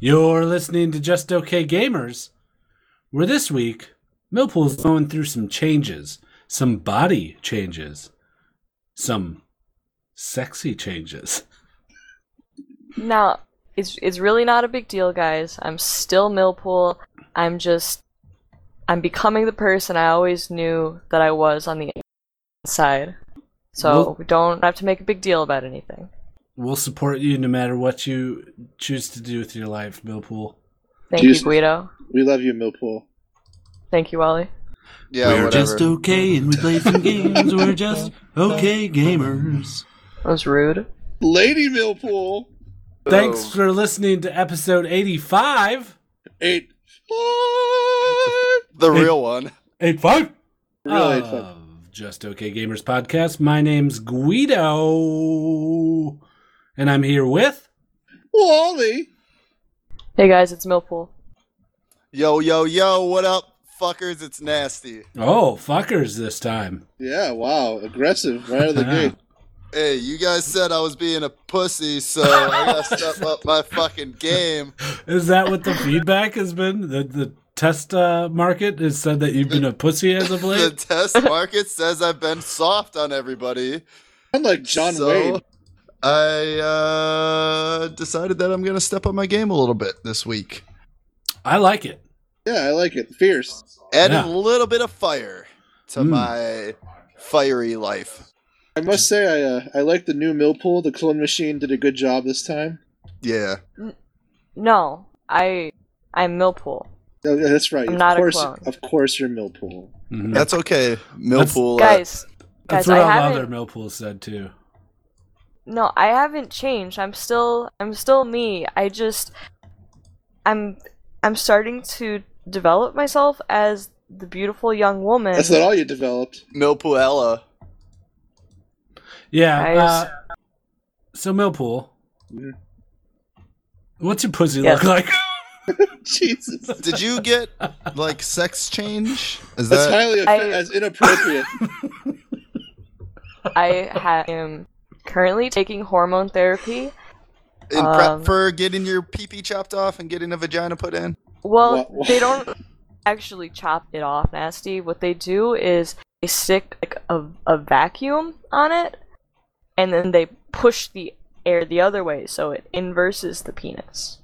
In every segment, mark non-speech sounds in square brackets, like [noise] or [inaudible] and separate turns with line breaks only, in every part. You're listening to Just Okay Gamers, where this week, Millpool's going through some changes, some body changes, some sexy changes.
No, it's it's really not a big deal, guys. I'm still Millpool. I'm just I'm becoming the person I always knew that I was on the inside. So
Well-
we don't have to make a big deal about anything.
We'll support you no matter what you choose to do with your life, Millpool.
Thank
Jesus.
you, Guido.
We love you, Millpool.
Thank you, Wally.
Yeah,
We're
whatever.
just okay and we play some games. We're just okay gamers.
That was rude.
Lady Millpool!
Thanks for listening to episode 85.
Eight. Five.
the real one.
85?
Really
of
fun.
Just Okay Gamers podcast. My name's Guido, and I'm here with
Wally!
Hey guys, it's Millpool.
Yo, yo, yo, what up, fuckers? It's nasty.
oh fuckers this time.
Yeah, wow. Aggressive right out of the gate.
Hey, you guys said I was being a pussy, so I
[laughs]
gotta step up my fucking game.
Is that what
[laughs]
the feedback has been? The the test uh, market has said that you've been a pussy as of
The
late.
test market says I've been soft on everybody.
Sound like John
so
Wayne.
I uh, decided that I'm gonna step up my game a little bit this week.
I like it.
Yeah, I like it. Fierce.
Added
Yeah.
a little bit of fire to
Hmm.
Mm.
my fiery life.
I must say, I uh, I like the new Millpool. The clone machine did a good job this time.
Yeah.
No, I I'm Millpool.
No, yeah, that's right.
I'm
of
not a
course,
clone.
of course, you're Millpool.
Mhm.
That's okay. Millpool. uh,
Guys,
That's
guys,
what
I
all the
haven't-
other Millpool said too.
No, I haven't changed. I'm still I'm still me. I just I'm I'm starting to develop myself as the beautiful young woman.
That's not all you developed. [laughs]
Millpool Ella.
Yeah.
Guys.
uh, so Millpool,
Mhm.
what's your pussy
Yes.
look like?
[laughs]
Jesus,
Did you get like sex change? Is
that's
that
highly
I-
offe- that's inappropriate.
I ha- am currently taking hormone therapy.
in prep
um,
for getting your pee pee chopped off and getting a vagina put in?
Well,
Wha-
they don't actually chop it off, nasty. What they do is they stick like a, a vacuum on it, and then they push the air the other way, so it inverses the penis.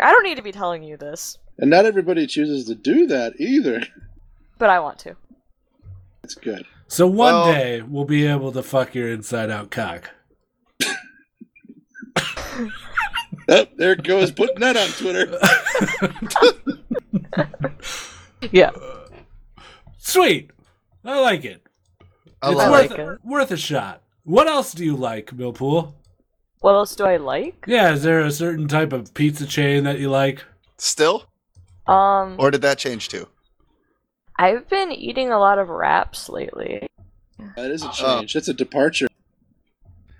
I don't need to be telling you this,
and not everybody chooses to do that either.
but I want to.
That's good.
So one
Well-
day we'll be able to fuck your inside out cock.
Oh, there it goes. Putting that on Twitter.
Yeah,
Sweet. I like it.
I
it's
love
worth,
it. I like it.
worth a shot. What else do you like, Millpool?
what else do I like?
Yeah, is there a certain type of pizza chain that you like?
Still?
Um,
Or did that change too?
I've been eating a lot of wraps lately.
That is a
Uh,
change. That's a departure.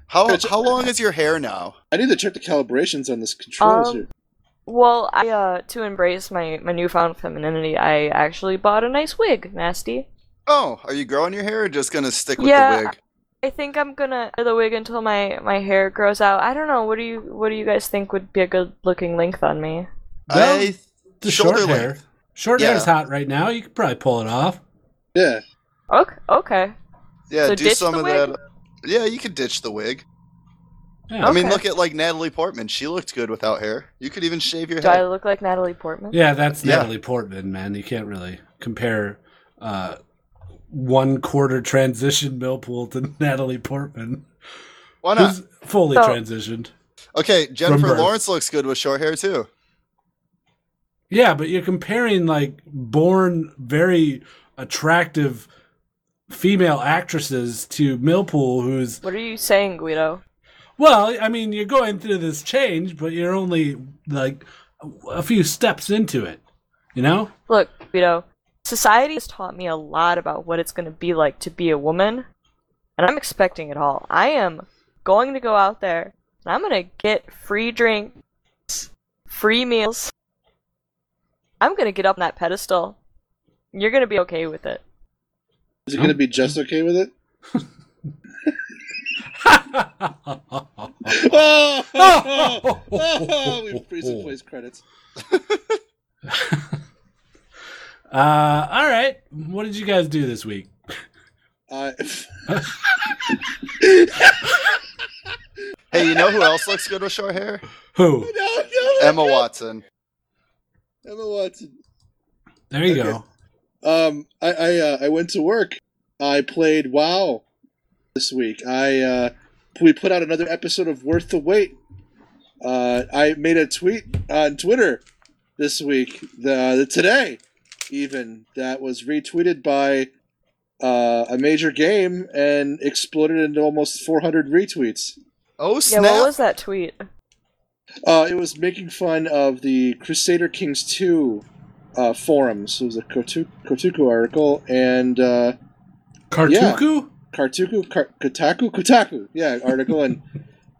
How how long is your hair now?
I need to check the calibrations on this controls
Um,
here.
Well, I uh to embrace my my newfound femininity, I actually bought a nice wig, nasty.
Oh, are you growing your hair or just gonna stick with
Yeah.
the wig?
I think I'm gonna wear the wig until my my hair grows out. I don't know. What do you what do you guys think would be a good looking length on me?
Well,
I
the
shoulder
short hair.
length.
Short hair is
Yeah.
hot right now. You could probably pull it off.
Yeah.
Okay. Okay.
yeah,
So
do
ditch
some
the
of
wig?
that. Yeah, you could ditch the wig.
Yeah.
I mean,
Okay.
look at like Natalie Portman. She looked good without hair. You could even shave your
Do I
head.
look like Natalie Portman?
yeah, that's
Yeah.
Natalie Portman, man. You can't really compare uh, one quarter transition Millpool to [laughs] Natalie Portman,
Why not?
who's fully
So-
transitioned.
Okay, Jennifer
birth.
Lawrence looks good with short hair too.
Yeah, but you're comparing like born very attractive female actresses to Millpool, who's
What are you saying, Guido?
well, I mean, you're going through this change, but you're only like a few steps into it. You know? [laughs]
Look, Guido. Society has taught me a lot about what it's gonna be like to be a woman, and I'm expecting it all. I am going to go out there and I'm gonna get free drinks, free meals. I'm gonna get up on that pedestal. You're gonna be okay with it.
[laughs]
Is it going to be just okay with it?
Uh,
oh, [laughs] oh, oh, we freezing plays credits.
Uh, all right. What did you guys do this week?
[laughs] Uh,
Hey, you know who else looks good with short hair?
no,
Who?
no, no,
Emma Watson.
Emma Watson.
There you go.
Um, I I, uh, I went to work. I played WoW this week. I uh, we put out another episode of Worth the Wait. Uh, I made a tweet on Twitter this week, the, the today even that was retweeted by uh, a major game and exploded into almost 400 retweets.
Oh
Yeah,
snap!
what was that tweet?
Uh, it was making fun of the Crusader Kings 2 uh, forums. It was a Kotu- Kotuku article and uh,
Kartuku?
Kartuku, Kar- Kotaku, Kotaku, yeah, article. and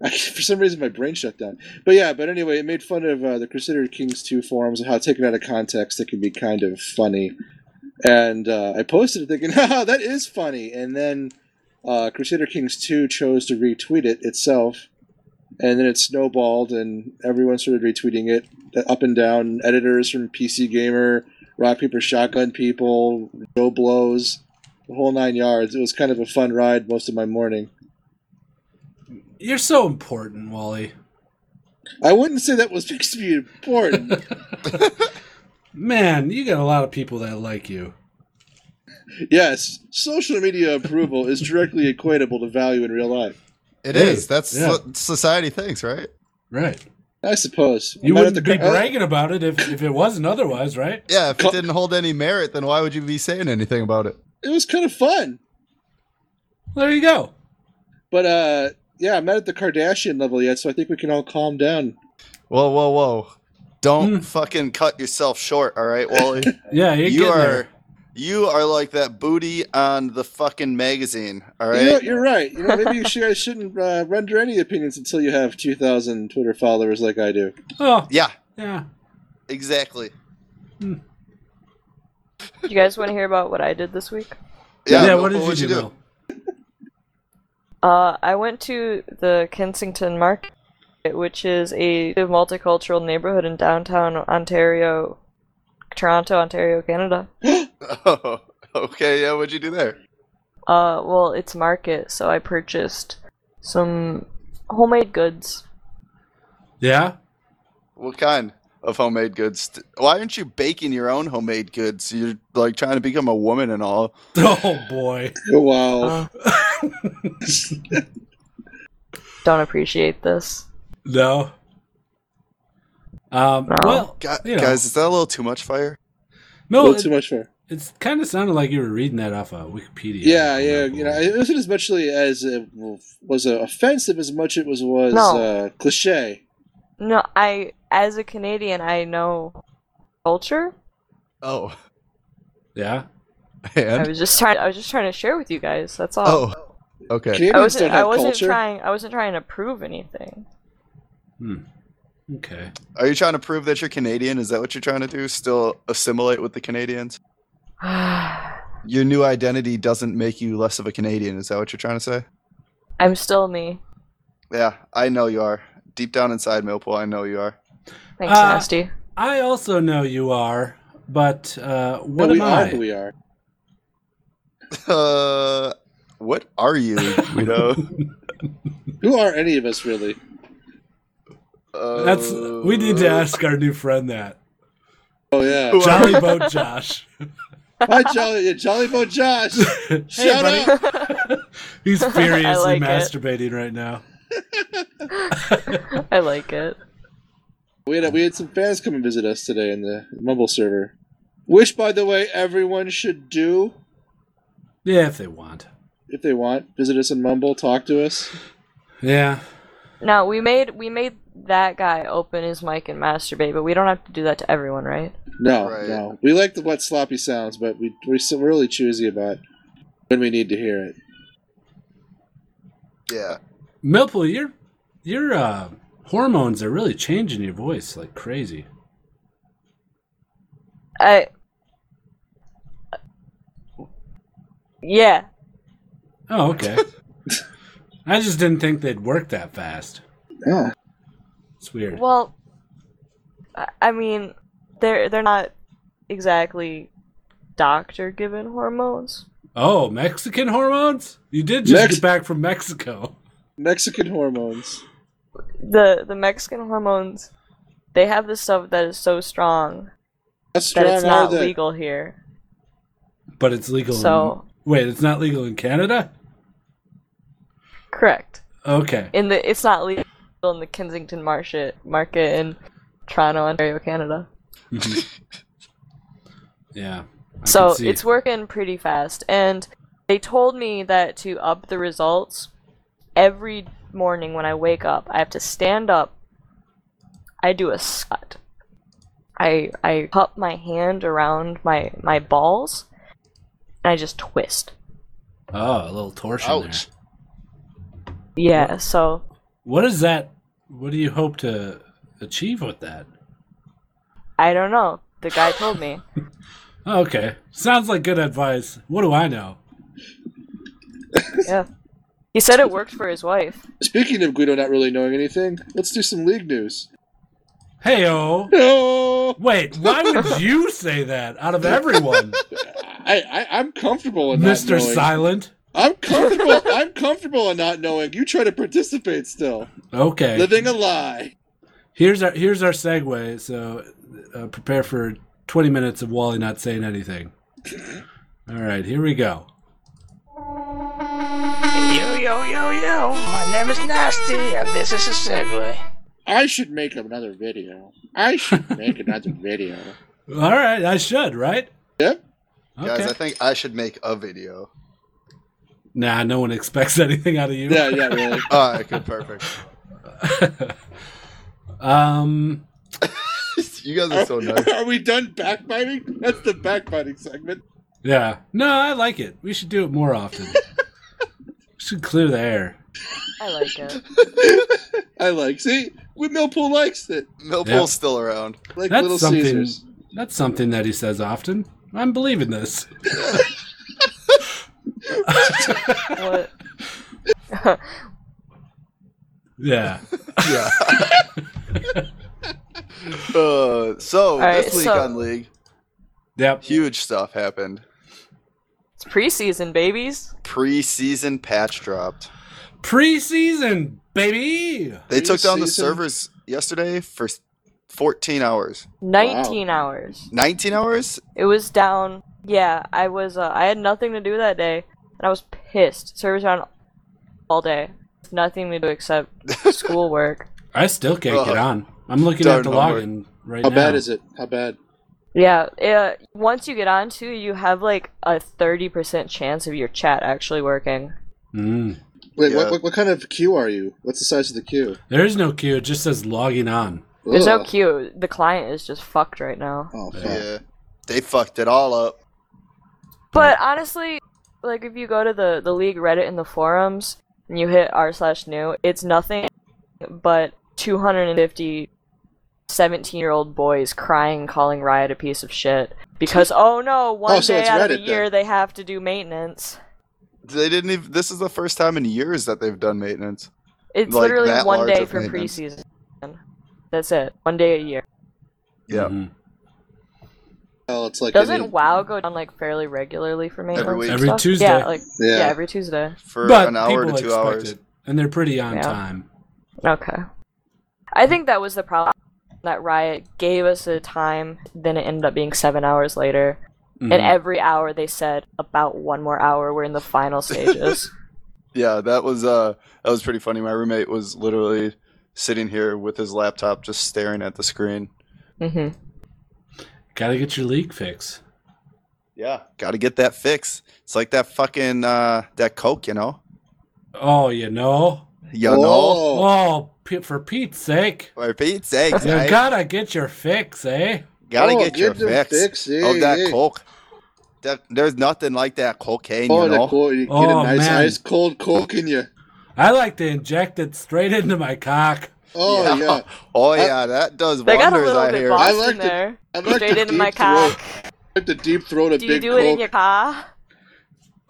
I, [laughs] for some reason, my brain shut down. But yeah, but anyway, it made fun of uh, the Crusader Kings 2 forums and how taken out of context it can be kind of funny. And uh, I posted it thinking, [laughs] oh, that is funny. And then uh, Crusader Kings 2 chose to retweet it itself. And then it snowballed, and everyone started retweeting it up and down. Editors from PC Gamer, Rock Paper Shotgun People, Joe Blows, the whole nine yards. It was kind of a fun ride most of my morning.
You're so important, Wally.
I wouldn't say that was [laughs] makes me important.
[laughs] Man, you got a lot of people that like you.
yes, social media approval is directly equatable to value in real life.
It
Hey,
is. That's
yeah.
what society thinks, right?
Right.
I suppose.
You
I'm not at uh,
wouldn't be
car-
bragging about it if, if it wasn't otherwise, right?
Yeah. If
Co-
it didn't hold any merit, then why would you be saying anything about it?
It was kind of fun.
There you go.
But uh yeah, I'm not at the Kardashian level yet, so I think we can all calm down.
Whoa, whoa, whoa! Don't
Hmm.
fucking cut yourself short, all right, Wally.
Yeah, [laughs] you're
you
getting
are,
there.
you are like that booty on the fucking magazine, all right?
You know, you're right. You know, maybe you sh- guys shouldn't uh, render any opinions until you have 2,000 Twitter followers like I do.
Oh,
yeah,
yeah.
exactly.
You guys want to hear about what I did this week?
Yeah,
no,
what did
what'd
you do? Mel?
Uh, I went to the Kensington Market, which is a multicultural neighborhood in downtown Ontario, Toronto, Ontario, Canada.
Oh, [laughs] okay. Yeah, what'd you do there?
Uh, well, it's market, so I purchased some homemade goods.
Yeah? [laughs]
What kind of homemade goods? Why aren't you baking your own homemade goods? You're like trying to become a woman and all.
Oh, boy.
Wow.
Uh, don't appreciate this.
No. Um,
No.
Well,
Gu-
you know,
Guys, is that a little too much fire?
a
no,
little too
it,
much for
it's kind of sounded like you were reading that off of Wikipedia.
Yeah, yeah, you know, it wasn't as much as it was uh, offensive as much it was was
No.
uh, cliche.
No, I, as a Canadian, I know culture.
Oh, [laughs]
yeah.
I
and
was just trying. I was just trying to share with you guys. That's all.
oh, okay.
I
Canadians don't
wasn't. I
have
wasn't
culture.
trying. I wasn't trying to prove anything. [sighs]
Okay.
Are you trying to prove that you're Canadian? Is that what you're trying to do? Still assimilate with the Canadians? Your new identity doesn't make you less of a Canadian. Is that what you're trying to say?
I'm still me.
Yeah, I know you are. Deep down inside Millpool, I know you are.
Thanks,
Uh,
Nasty.
I also know you are, but uh,
But
what
we
am
are
I?
who we are.
Uh, what are [laughs] you, Guido?
Who are any of us really?
uh,
That's we need to ask our new friend that [laughs]
Oh yeah.
[laughs] Who-
Jolly Boat Josh.
Hi Jolly yeah, Jolly Bo Josh. Shout
buddy.
out. [laughs]
He's
I
furiously
like it.
masturbating right now.
[laughs] I like it.
We had we had some fans come and visit us today in the Mumble server. Which by the way everyone should do
Yeah, if they want.
if they want. Visit us in Mumble, talk to us.
Yeah.
Now we made we made that guy open his mic and masturbate, but we don't have to do that to everyone, right?
No,
Right.
no. We like the what sloppy sounds, but we we're so really choosy about when we need to hear it.
Yeah.
Millpool, your your uh, hormones are really changing your voice like crazy.
I. Yeah.
Oh, okay. I just didn't think they'd work that fast.
Yeah.
It's weird.
Well, I- I mean, they're they're not exactly doctor given hormones.
oh, Mexican hormones? You did just
Mex-
get back from Mexico. [laughs]
Mexican hormones.
The the Mexican hormones, they have this stuff that is so strong
That's
that
strong.
it's
are
not
they?
legal here.
But it's legal.
So-
In, wait, it's not legal in Canada?
Correct.
Okay.
[laughs] In the it's not legal in the Kensington market market in Toronto, Ontario, Canada.
Yeah. I can
So
see.
it's working pretty fast. And they told me that to up the results, every morning when I wake up, I have to stand up. I do a squat. I I cup my hand around my my balls, and I just twist.
Oh, a little torsion
Ouch.
there.
Yeah. So
What is that? What do you hope to achieve with that?
I don't know. The guy told me.
[laughs] Oh, okay. Sounds like good advice. What do I know?
Yeah. He said it worked for his wife.
Speaking of Guido not really knowing anything, let's do some league news.
Hey, oh.
No,
Wait, why
[laughs]
would you say that out of everyone,
I, I I'm comfortable in
Mr.
Not knowing.
Silent?
I'm comfortable. [laughs] I'm comfortable in not knowing. You try to participate still,
Okay.
living a lie.
Here's our here's our segue. So uh, prepare for 20 minutes of Wally not saying anything.
[laughs]
All right, here we go.
Yo, yo, yo, yo. My name is Nasty, and this is a segue.
I should make another video. I should
[laughs]
make another video.
All right, I should right.
Yep.
Guys, I
Okay.
think I should make a video.
Nah, no one expects [laughs] anything out of you.
Yeah, yeah, really.
All right, good, perfect. [laughs]
Um.
You guys are so nice.
[laughs] Are we done backbiting? That's the backbiting segment. [laughs]
Yeah. No, I like it. We should do it more
[laughs]
often. we should clear the air.
I
[laughs]
like it.
I like. See, we Millpool likes it.
Millpool's
Yeah.
still around.
Like
That's
Little
something.
Caesars.
That's something that he says often. I'm believing this.
What?
[laughs]
Yeah.
Yeah. uh, so
right,
this week
so-
on League,
Yep.
huge stuff happened.
It's preseason, babies.
Preseason patch dropped.
Preseason, baby.
They took down the
Preseason?
servers yesterday for 14 hours.
19 hours.
19 hours?
It was down. Yeah, I was. Uh, I had nothing to do that day, and I was pissed. Servers down all day. Nothing to do except schoolwork.
I still can't get
Ugh.
on. I'm looking
Uh, Darn
at the
homework.
login right
How
now.
bad is it? How bad?
Yeah. Uh, once you get on to, you have like a 30% chance of your chat actually working.
Mm.
Wait,
Yeah.
what, what, what kind of queue are you? What's the size of the queue?
There is no queue. It just says logging on.
There's no
Ugh.
queue. The client is just fucked right now.
Oh, fuck.
Yeah. They fucked it all up.
But honestly, like if you go to the the league Reddit in the forums and you hit r slash new, it's nothing but 250 17 year old boys crying, and calling Riot a piece of shit because oh no, one
Oh, so
day
it's
out of
Reddit
the year
then.
they have to do maintenance.
They didn't even. This is the first time in years that they've done maintenance.
It's
Like,
literally
that
one
large
day
of
for
maintenance.
preseason. That's it. One day a year.
Yeah.
Mhm.
Well, it's like
Doesn't
any-
WoW go down like fairly regularly for maintenance?
week.
and
Every
stuff?
Tuesday.
Yeah, like
Yeah.
yeah. every Tuesday.
For
but
an hour
people
to two
expect
hours.
it, and they're pretty on
Yeah.
time.
Okay. I think that was the problem. That Riot gave us a time, then it ended up being seven hours later.
Mhm.
Mm-hmm.
And every hour they said, about one more hour, we're in the final
[laughs]
stages.
Yeah, that was uh that was pretty funny. My roommate was literally sitting here with his laptop just staring at the screen.
hmm
Gotta get your leak fix.
Yeah. Gotta get that fix. It's like that fucking uh that Coke, you know?
Oh, you know.
You know?
Oh.
Oh, P- for Pete's sake.
For Pete's sake,
You
I
gotta get your fix, eh?
gotta
Oh,
get your
the
fix
yeah,
of Oh, that
yeah.
Coke. That, there's nothing like that cocaine,
Oh,
you know?
that cold. You get
Oh,
a nice,
man.
ice cold Coke in you.
I like to inject it straight into my cock.
Oh
[laughs]
yeah.
[laughs]
Oh
I-
yeah, that does
They got a
wonders.
little
I
bit
hear. [laughs]
I
lost
like
in
the-
there.
I like
Straight
the
into my
deep throat.
cock.
Like the deep throat of
Do you
big
do
Coke.
it in your car?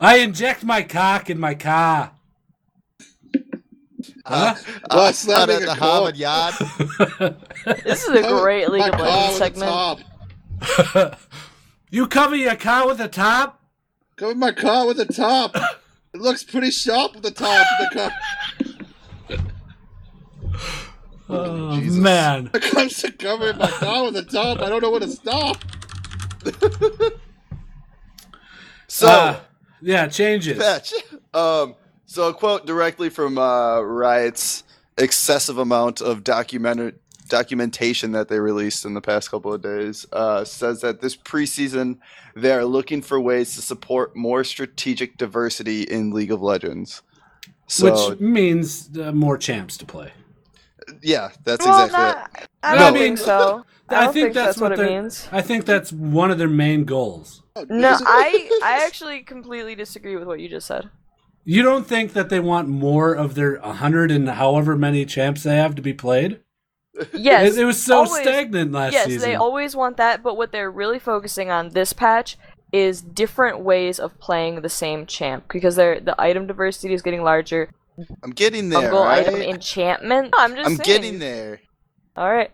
I inject my cock in my car.
Uh,
Us
out
having
at
a
the
call. [laughs]
Harvard Yard.
This is a great League
My
of
car
Legends
with a
segment.
top.
you cover your car with a top?
Cover my car with a top. It looks pretty sharp with the top. The car
Oh,
Jesus.
man.
[laughs] it comes to cover my car with a top. I don't know where to stop.
So,
Uh, yeah, changes.
Fetch. Um, so a quote directly from uh, Riot's excessive amount of documentary documentation that they released in the past couple of days uh, says that this preseason they are looking for ways to support more strategic diversity in League of Legends. So
Which means uh, more champs to play.
yeah, that's
well,
exactly it.
not, I
No.
don't
I mean,
think
[laughs]
so. I don't think, that's, what, it
they're-
means.
I think that's one of their main goals.
Oh,
No,
is it-
I
[laughs]
I actually completely disagree with what you just said.
You don't think that they want more of their 100 and however many champs they have to be played?
Yes,
It, it was so
always-
stagnant last
Yes,
season.
they always want that, but what they're really focusing on this patch is different ways of playing the same champ because they're, the item diversity is getting larger.
I'm getting there.
Fungal
right?
item enchantment. No, I'm just
I'm
saying.
getting there.
All right.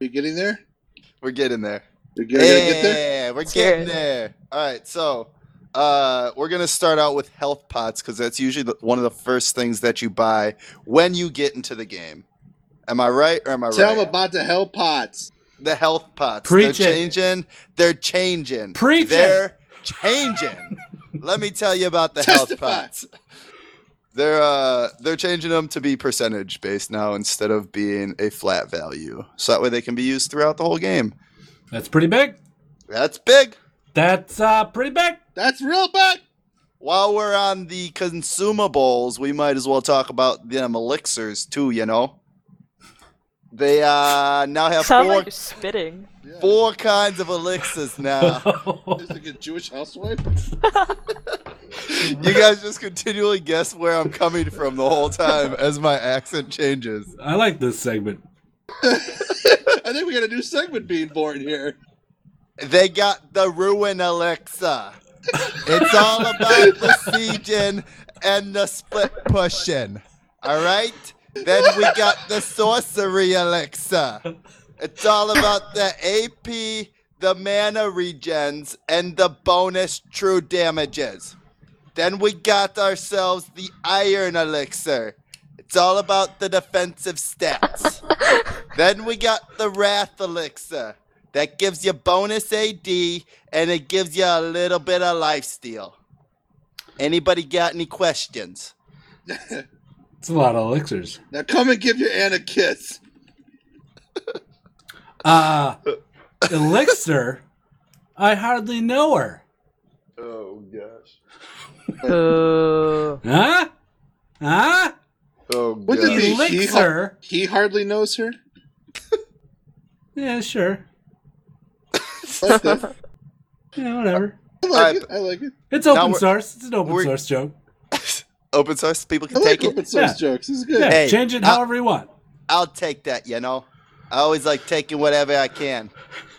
we getting there?
We're getting there.
We're gonna get there.
Yeah, we're
Let's hear
getting
it.
there. All right, so uh, we're gonna start out with health pots because that's usually the, one of the first things that you buy when you get into the game. Am I right or am I
Tell
right?
them about the hell pots.
the health pots.
Preach
they're
it.
changing. They're changing.
Preach it.
They're changing. Let me tell you
[laughs]
about the
Testify.
health pots. They're uh, they're changing them to be percentage based now instead of being a flat value. So that way they can be used throughout the whole game.
That's pretty big.
That's big.
That's uh, pretty big. [laughs]
That's real bad.
While we're on the consumables, we might as well talk about them elixirs too, you know. They uh now have
Sound
four
like you're
[laughs]
spitting.
four kinds of
[laughs]
elixirs now.
Is it a Jewish housewife? [laughs]
you guys just continually guess where I'm coming from the whole time as my accent changes.
I like this segment.
I think we got a new segment being born here.
They got the ruin elixir. It's all about the sieging and the split pushing. All right? Then we got the sorcery elixir. It's all about the AP, the mana regens, and the bonus true damages. Then we got ourselves the iron elixir. It's all about the defensive stats. then we got the wrath elixir. That gives you bonus AD and it gives you a little bit of lifesteal. Anybody got any questions?
It's a lot of elixirs.
Now come and give your Anna a kiss.
Uh, Elixir, I hardly know her.
Oh gosh.
Boo.
Huh?
[laughs]
Huh?
Oh
Wouldn't it be he, har-
Elixir?
he hardly knows her?
Yeah, sure.
Like
[laughs]
that.
Yeah, whatever.
I like it. I like it.
It's
Uh, Now
open
we're-
source. It's an open
we're-
source joke.
Open source, people
I
can
like
take it.
open source
Yeah.
jokes. This is good.
Yeah,
Hey,
change it
how-
however you want.
I'll take that, you know. I always like taking whatever I can.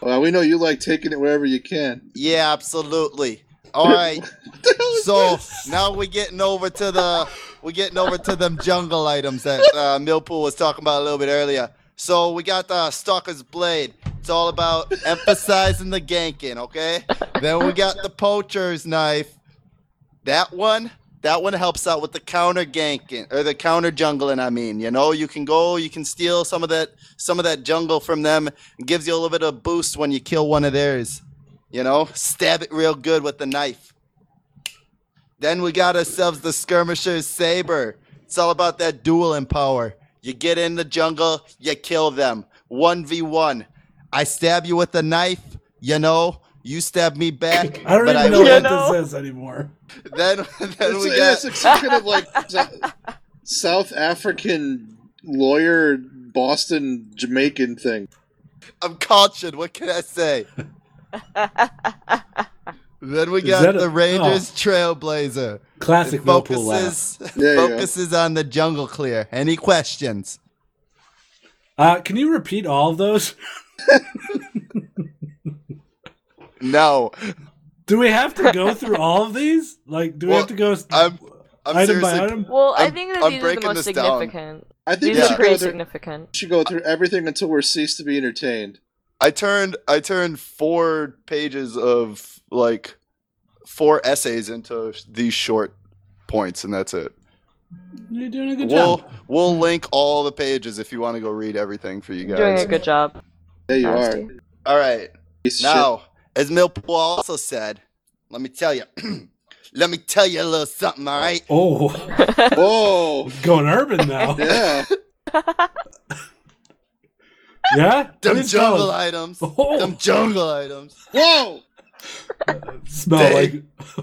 Well, we know you like taking it wherever you can. [laughs]
Yeah, absolutely. All right.
What the hell is
So
this?
now we're getting over to the we're getting over to them jungle items that uh, Millpool was talking about a little bit earlier. So we got the Stalker's Blade. It's all about emphasizing the ganking, okay? Then we got the Poacher's Knife. That one, that one helps out with the counter ganking or the counter jungling. I mean, you know, you can go, you can steal some of that some of that jungle from them. It gives you a little bit of boost when you kill one of theirs. You know, stab it real good with the knife. Then we got ourselves the skirmisher's saber. It's all about that dueling power. You get in the jungle, you kill them. 1v1. I stab you with a knife, you know. You stab me back.
I don't even
but I
know
win.
what
You know?
this is anymore.
[laughs] Then, then
it's,
we
yeah, it's
got
like some kind of like [laughs] so- South African lawyer, Boston, Jamaican thing.
I'm cultured, what can
[laughs]
I say? then we
Is
got
that a-
the Rangers
oh.
Trailblazer.
Classic
It
Liverpool laugh.
focuses
[laughs]
There you go.
focuses on the jungle clear. Any questions?
Uh, can you repeat all of those? [laughs]
No.
Do we have to go through all of these? Like, do we
[laughs] Well,
have to go? s-
I'm-
I'm
item
seriously.
by item.
Well, i
I'm-
think that
I'm
these are the
breaking
most
this down.
significant.
I
These
think we
[laughs] Yeah.
are
should go
pretty
through,
significant.
should go through everything until we're ceased to be entertained.
I turned I turned four pages of like four essays into these short points, and that's it.
You're doing a good
We'll
job.
we'll link all the pages if you want to go read everything for you
You're doing
guys.
a good job.
There you
Nasty.
are.
All right.
Piece of shit.
Now, as Millpool also said, let me tell you, [clears throat] let me tell you a little something. All right.
Oh, [laughs]
Whoa.
going urban
[laughs]
now.
Yeah.
yeah?
Them
What is
jungle
those?
items.
[laughs] Oh.
Them jungle items. [laughs]
Whoa.
Smell
They-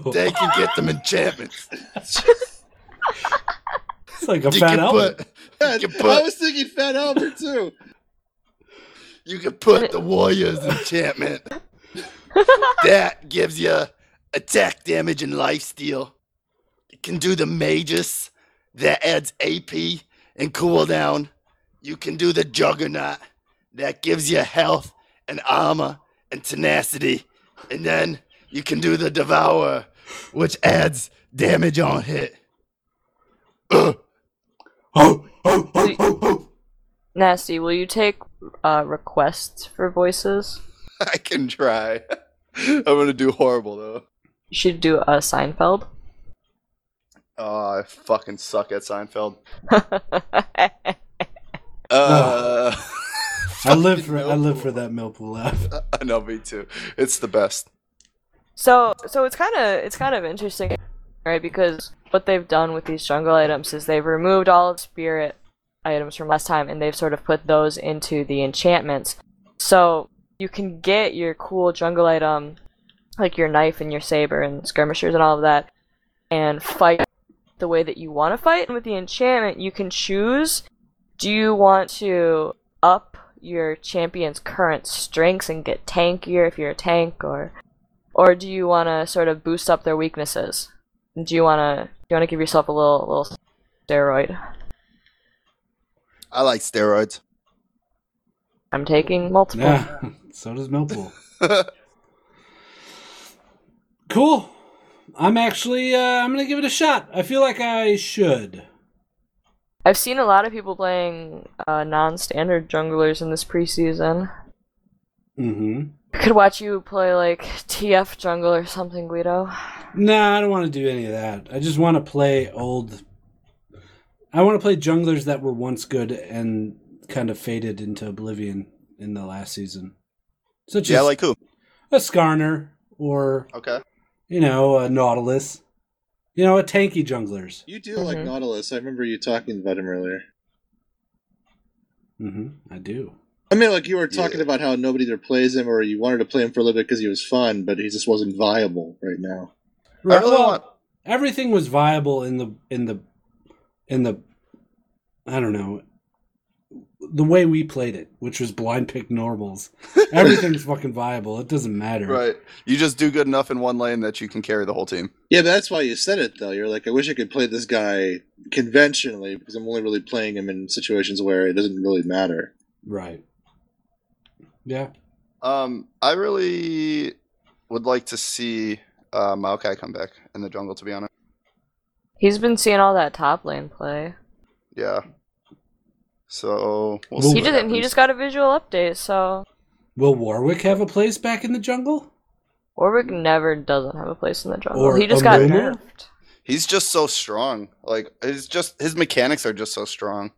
like.
They can get them enchantments.
it's like a
You
fat
can
elf.
put.
Yeah,
You can
I
put.
was thinking Fat Albert too.
You can put the warrior's enchantment. that gives you attack damage and life steal. You can do the magus. That adds AP and cooldown. You can do the juggernaut. That gives you health and armor and tenacity. And then you can do the devourer, which adds damage on hit. [clears throat] Ugh. Oh, oh, oh, oh, oh.
Nasty, will you take uh, requests for voices?
[laughs] I can try. I'm gonna do horrible though.
You should do a Seinfeld. [laughs]
Oh, I fucking suck at Seinfeld. Uh,
I live for
fucking
I live for that Millpool laugh.
[laughs] I know, me too. It's the best.
So, so it's kind of it's kind of interesting, right? Because what they've done with these jungle items is they've removed all of spirit items from last time, and they've sort of put those into the enchantments. So you can get your cool jungle item, like your knife and your saber and skirmishers and all of that, and fight the way that you want to fight. And with the enchantment, you can choose: do you want to up your champion's current strengths and get tankier if you're a tank, or or do you want to sort of boost up their weaknesses? Do you want to you want to give yourself a little little steroid?
I like steroids.
I'm taking multiple.
Yeah, [laughs] so does Millpool. [laughs] cool. I'm actually uh, I'm gonna give it a shot. I feel like I should.
I've seen a lot of people playing uh, non-standard junglers in this preseason.
Mm-hmm.
I could watch you play like TF jungle or something, Guido.
Nah, I don't want to do any of that. I just want to play old. I want to play junglers that were once good and kind of faded into oblivion in the last season, such
Yeah,
as
like who?
a Skarner or
Okay.
you know a Nautilus, you know a tanky junglers.
You do like
Mhm.
Nautilus. I remember you talking about him earlier.
Mm-hmm. I do.
I mean, like you were talking
Yeah.
about how nobody either plays him or you wanted to play him for a little bit because he was fun, but he just wasn't viable right now.
I really
Well,
want.
everything was viable in the in the in the I don't know the way we played it, which was blind pick
[laughs]
normals. Everything's fucking viable. It doesn't matter.
Right. You just do good enough in one lane that you can carry the whole team.
Yeah, but that's why you said it though. You're like, I wish I could play this guy conventionally because I'm only really playing him in situations where it doesn't really matter.
Right. Yeah.
Um, I really would like to see uh, Maokai come back in the jungle. To be honest.
He's been seeing all that top lane play.
Yeah. So
Well,
we'll see
He
what
didn't. He
happens.
just got a visual update, so
Will Warwick have a place back in the jungle?
Warwick never doesn't have a place in the jungle.
Or
he just got
Amumu?
nerfed.
He's just so strong. Like it's just his mechanics are just so strong.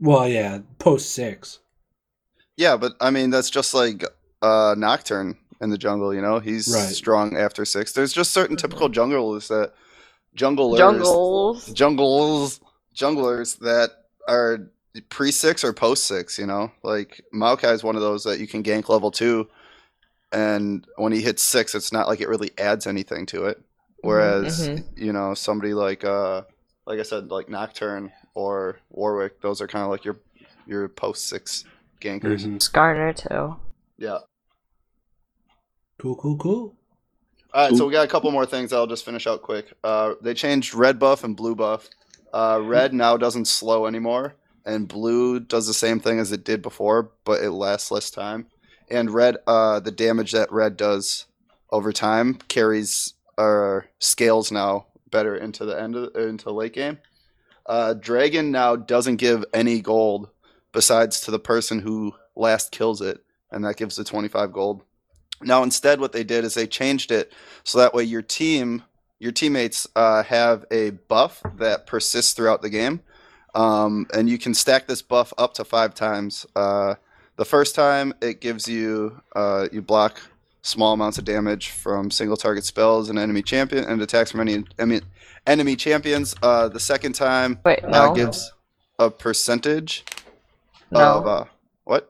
Well, yeah, post six.
Yeah, but I mean that's just like uh Nocturne in the jungle, you know? He's
Right.
strong after 6. There's just certain typical junglers that junglers
Jungles.
jungles junglers that are pre 6 or post 6, you know? Like Maokai is one of those that you can gank level 2 and when he hits 6 it's not like it really adds anything to it. Whereas,
Mhm.
you know, somebody like uh like I said like Nocturne or Warwick, those are kind of like your your post 6 gankers.
Mhm.
Skarner too.
Yeah.
Cool, cool, cool.
All right, so
Ooh.
we got a couple more things. I'll just finish out quick. Uh, they changed red buff and blue buff. Uh, red now doesn't slow anymore, and blue does the same thing as it did before, but it lasts less time. And red, uh, the damage that red does over time carries or uh, scales now better into the end of the, into the late game. Uh, Dragon now doesn't give any gold besides to the person who last kills it, and that gives the 25 gold. Now instead, what they did is they changed it so that way your team, your teammates uh, have a buff that persists throughout the game, um, and you can stack this buff up to five times. Uh, the first time it gives you uh, you block small amounts of damage from single target spells and enemy champion and attacks from any emi- enemy champions. Uh, the second time
Wait,
uh,
no.
gives a percentage
no.
of uh, what?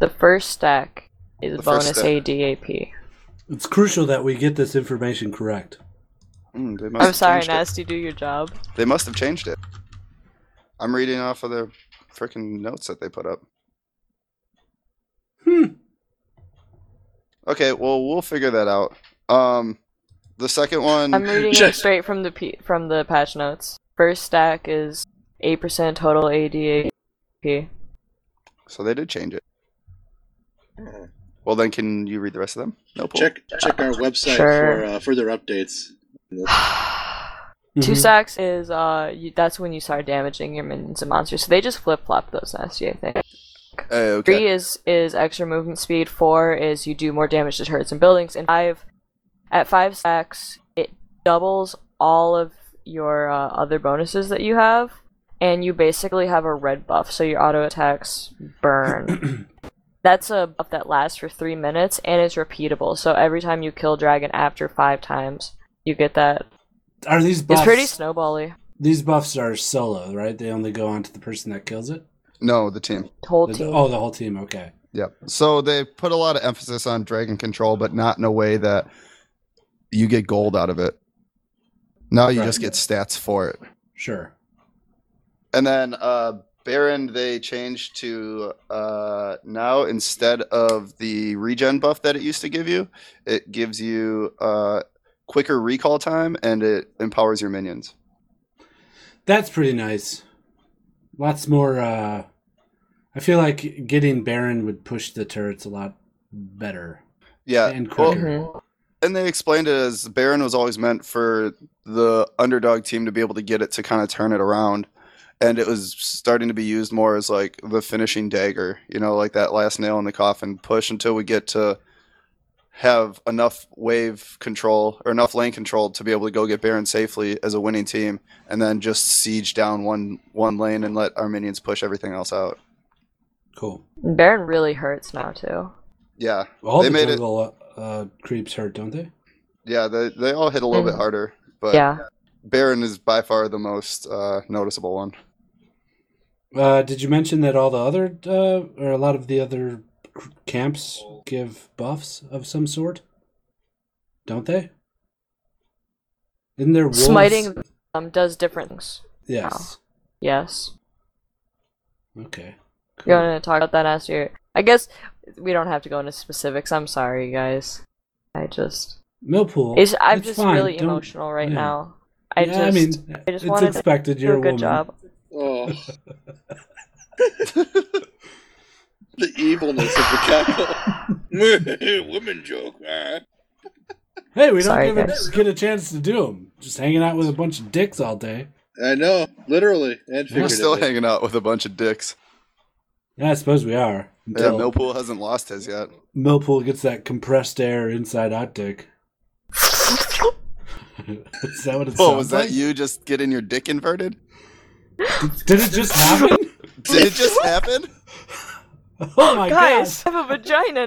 the first stack is
The first
bonus
stack.
ADAP.
It's crucial that we get this information correct.
Mm, they must
I'm
have
sorry,
changed it.
Nasty, do your job.
They must have changed it. I'm reading off of their freaking notes that they put up.
Hmm.
Okay, well we'll figure that out. Um, the second one.
I'm reading it
Just-
straight from the P- from the patch notes. First stack is 8% total ADAP.
So they did change it.
Hmm.
Well, then can you read the rest of them? No. Paul.
Check check our website
Sure.
for uh, further updates.
Two
Mhm.
stacks is uh, you, that's when you start damaging your minions and monsters. So they just flip flop those nasty. I think.
Uh,
Three
okay.
is is extra movement speed. Four is you do more damage to turrets and buildings. And five, at five stacks, it doubles all of your uh, other bonuses that you have, and you basically have a red buff. So your auto attacks burn. That's a buff that lasts for three minutes and is repeatable. So every time you kill dragon after five times, you get that.
Are these
It's
buffs?
pretty snowbally.
these buffs are solo, right? They only go on to the person that kills it.
No, the team.
Whole
The-
team.
oh, the whole team. Okay.
Yep. So they put a lot of emphasis on dragon control, but not in a way that you get gold out of it. Now you
Right.
just get stats for it.
Sure.
And then uh, Baron, they changed to uh, now instead of the regen buff that it used to give you, it gives you uh, quicker recall time and it empowers your minions.
That's pretty nice. Lots more. uh I feel like getting Baron would push the turrets a lot better
Yeah.
and
well,
quicker.
Mm-hmm.
and they explained it as Baron was always meant for the underdog team to be able to get it to kind of turn it around. And it was starting to be used more as like the finishing dagger, you know, like that last nail in the coffin push until we get to have enough wave control or enough lane control to be able to go get Baron safely as a winning team and then just siege down one one lane and let our minions push everything else out.
Cool.
Baron really hurts now too.
Yeah.
All
They
the
made it-
jungle uh, creeps hurt, don't they?
Yeah, they they all hit a little bit
Mhm.
harder, but
yeah.
Baron is by far the most uh, noticeable one.
Uh, did you mention that all the other uh, or a lot of the other cr- camps give buffs of some sort? Don't they? Isn't there wolves?
Smiting um, does different things.
Yes.
Yes. Oh.
Okay.
You want to talk about that after? I guess we don't have to go into specifics. I'm sorry, you guys. I just,
Millpool.
it's, I'm
it's
just
fine,
really
don't-
emotional right
yeah.
now. I
Yeah,
just,
I mean,
I
it's
just wanted to
expected.
do
You're
a good
woman.
job.
[laughs] Oh. the evilness of the capital. [laughs] Women joke. ah.
Hey, we don't
Sorry,
even
guys.
get a chance to do them. Just hanging out with a bunch of dicks all day.
I know, literally and
We're
We're
figuratively.
still hanging out with a bunch of dicks.
Yeah, I suppose we are.
Yeah,
Until
Millpool hasn't lost his yet.
Millpool gets that compressed air inside out dick. [laughs] Is that what it
Oh,
sounds
was
like?
that you just getting your dick inverted?
Did it just
[laughs]
happen?
Did it [laughs] just happen?
Oh my
Guys,
gosh.
I have a vagina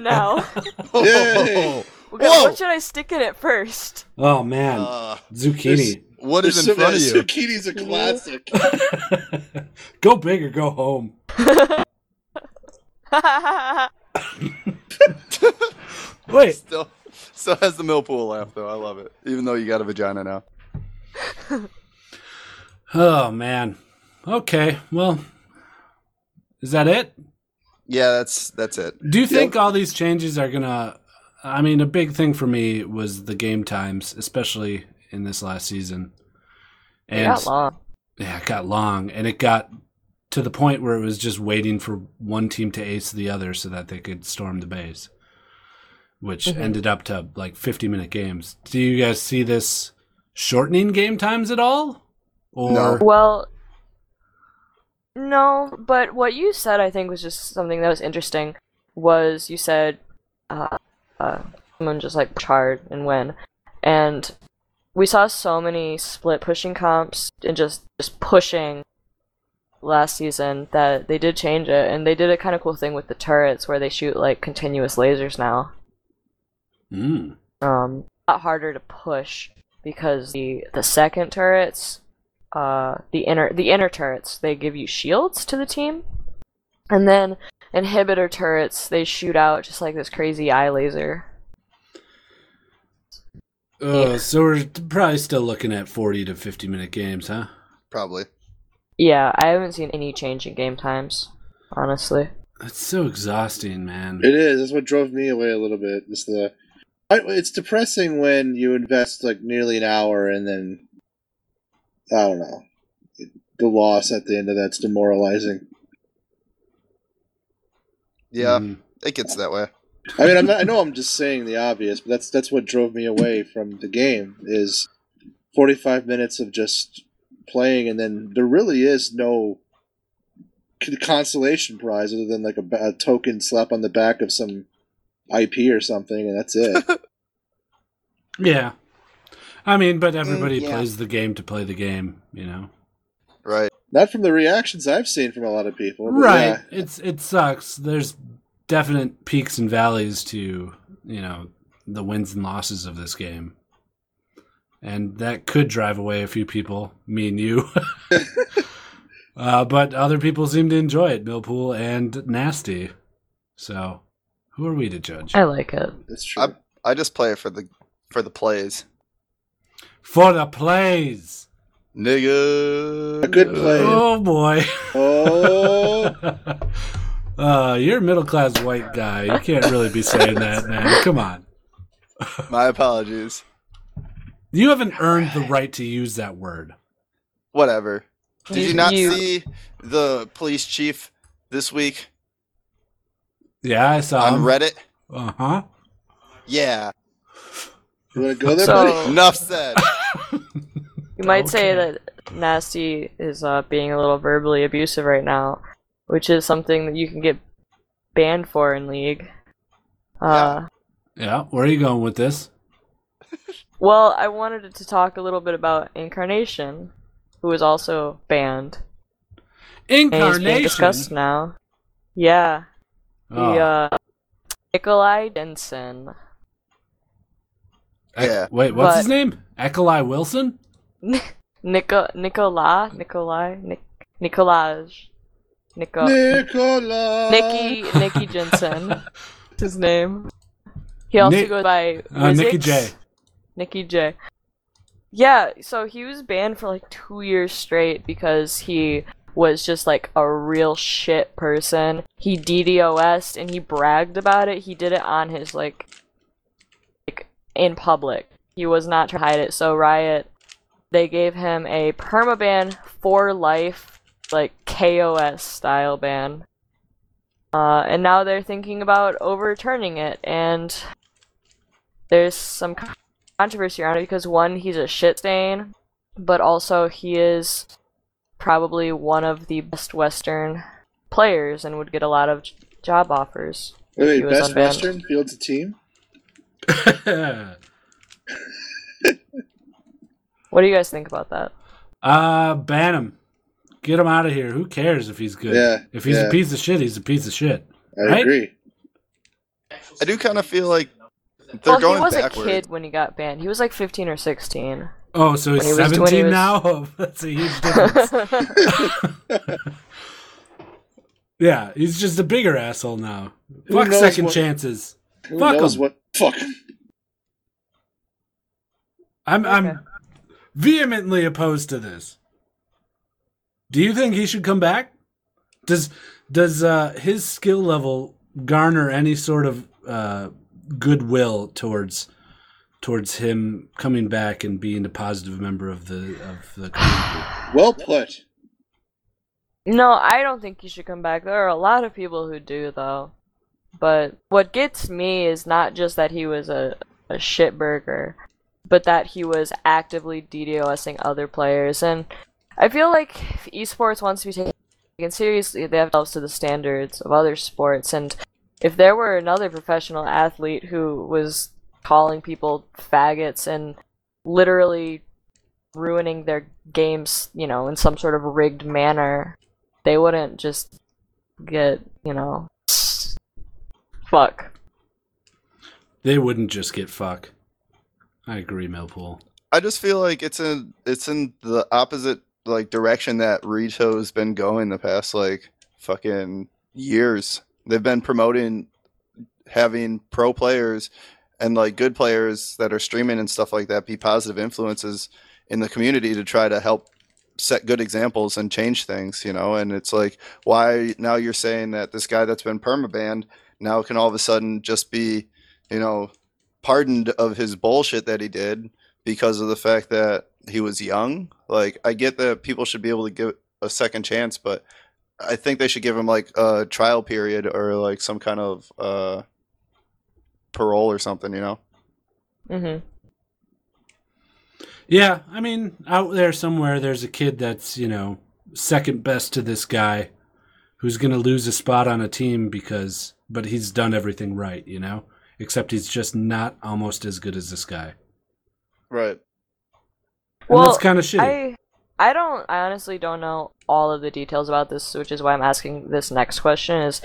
[laughs]
now.
[laughs] Yay!
We got-
Whoa!
what should I stick in it first? [laughs]
Oh man.
Uh,
Zucchini.
what
There's
is in
some- uh,
front of you?
Zucchini's a classic.
[laughs] go big or go home. Wait.
Still, [laughs] still has the Millpool laugh though. I love it. Even though you got a vagina now.
Oh man. Okay. Well, is that it?
Yeah, that's that's it.
Do you think all these changes are gonna? I mean, a big thing for me was the game times, especially in this last season.
It
And
got long.
yeah, it got long, and it got to the point where it was just waiting for one team to ace the other so that they could storm the base,
Mm-hmm.
which ended up to like fifty-minute games. Do you guys see this shortening game times at all? Or
Well, no, but what you said, I think, was just something that was interesting. Was you said, uh, uh, someone just like charred and win, and we saw so many split pushing comps and just just pushing last season that they did change it and they did a kind of cool thing with the turrets where they shoot like continuous lasers now
Mm.
um, a lot harder to push because the the second turrets, uh, the inner the inner turrets, they give you shields to the team, and then inhibitor turrets they shoot out just like this crazy eye laser.
Uh, so we're probably still looking at 40 to 50 minute games, huh?
Probably.
Yeah, I haven't seen any change in game times, honestly.
That's so exhausting, man.
[laughs] It is. That's what drove me away a little bit. Is the I- it's depressing when you invest like nearly an hour and then I don't know the loss at the end of that's demoralizing.
Yeah,
Mm.
it gets that way.
I mean, I'm not, I know I'm just saying the obvious, but that's that's what drove me away from the game is 45 minutes of just playing, and then there really is no con- consolation prize other than like a, ba- a token slap on the back of some IP or something, and that's
[laughs]
it.
Yeah. I mean, but everybody
yeah.
plays the game to play the game, you know.
Right.
Not from the reactions I've seen from a lot of people. but
Right.
yeah.
It's it sucks. There's definite peaks and valleys to, you know, the wins and losses of this game. And that could drive away a few people, me and you. [laughs] uh, but other people seem to enjoy it, Millpool and Nasty. So, who are we to judge?
I like it.
That's true.
I I just play it for the for the plays.
For the plays.
a
Nigga.
good play.
Oh boy. [laughs]
Oh,
uh, you're a middle class white guy. You can't really be saying that, man. Come on.
My apologies.
You haven't earned the right to use that word.
Whatever. Did
You-
you not
you-
see the police chief this week
Yeah, I saw
on Reddit?
Uh huh.
Yeah.
you want to go there, buddy?
[laughs]
So
Enough said.
you might say
Okay.
that Nasty is uh, being a little verbally abusive right now, which is something that you can get banned for in League. Uh,
Yeah, where are you going with this?
Well, I wanted to talk a little bit about Incarnation, who is also banned. And he's being discussed
Incarnation.
now. Yeah. The
Oh,
uh Nikolai Jensen.
Ec-
yeah.
Wait, what's
But-
his name? Ekolai Wilson? [laughs]
Nico Nicola Nikolai Nic Nicolaj. Nico
Nicola.
Nikki Nikki Jensen. is his name. He also
Nick-
goes by
Uh, Nikki
Wizix.
J.
Nikki J. Yeah, so he was banned for like two years straight because he was just like a real shit person. He DDoS'd and he bragged about it. He did it on his like, like in public. He was not trying to hide it. So Riot, they gave him a permaban for life, like KOS style ban. Uh, and now they're thinking about overturning it, and there's some controversy around it because one, he's a shit stain, but also he is probably one of the best Western players and would get a lot of j- job offers.
Wait, wait,
He was
best
unbanned.
Western fields a team.
uh,
What do you guys think about that?
Uh, ban him. Get him out of here. Who cares if he's good?
Yeah,
if he's
yeah.
a piece of shit, he's a piece of shit.
I
Right?
agree.
I do kind of feel like they're
well,
going
he was
backwards.
a kid when he got banned. He was like 15 or [laughs]
[laughs]
16.
Oh, so he's
When he was- when he
17
was-
now? [laughs] Oh, That's a huge difference. yeah, he's just a bigger asshole now.
Who
Fuck
knows
second
what-
chances.
Who
Fuck
knows
him.
what? Fuck.
I'm
Okay.
I'm vehemently opposed to this. Do you think he should come back? Does does uh, his skill level garner any sort of uh, goodwill towards towards him coming back and being a positive member of the of the community?
Well put.
No, I don't think he should come back. There are a lot of people who do, though. But what gets me is not just that he was a, a shit burger, but that he was actively DDoSing other players. And I feel like if esports wants to be taken seriously, they have to live up to the standards of other sports. And if there were another professional athlete who was calling people faggots and literally ruining their games, you know, in some sort of rigged manner, they wouldn't just get, you know, fuck.
They wouldn't just get fuck. I agree, Millpool.
I just feel like it's in it's in the opposite like direction that Rito's been going the past like fucking years. They've been promoting having pro players and like good players that are streaming and stuff like that be positive influences in the community to try to help set good examples and change things, you know? And it's like why now you're saying that this guy that's been permabanned now can all of a sudden just be, you know, pardoned of his bullshit that he did because of the fact that he was young. Like I get that people should be able to give a second chance, but I think they should give him like a trial period or like some kind of uh, parole or something. You know?
Mm-hmm.
hmm
Yeah, I mean, out there somewhere, there's a kid that's, you know, second best to this guy who's going to lose a spot on a team because, but he's done everything right, you know? Except he's just not almost as good as this guy.
Right.
And
Well,
that's kind of shitty.
I I don't I honestly don't know all of the details about this, which is why I'm asking this next question is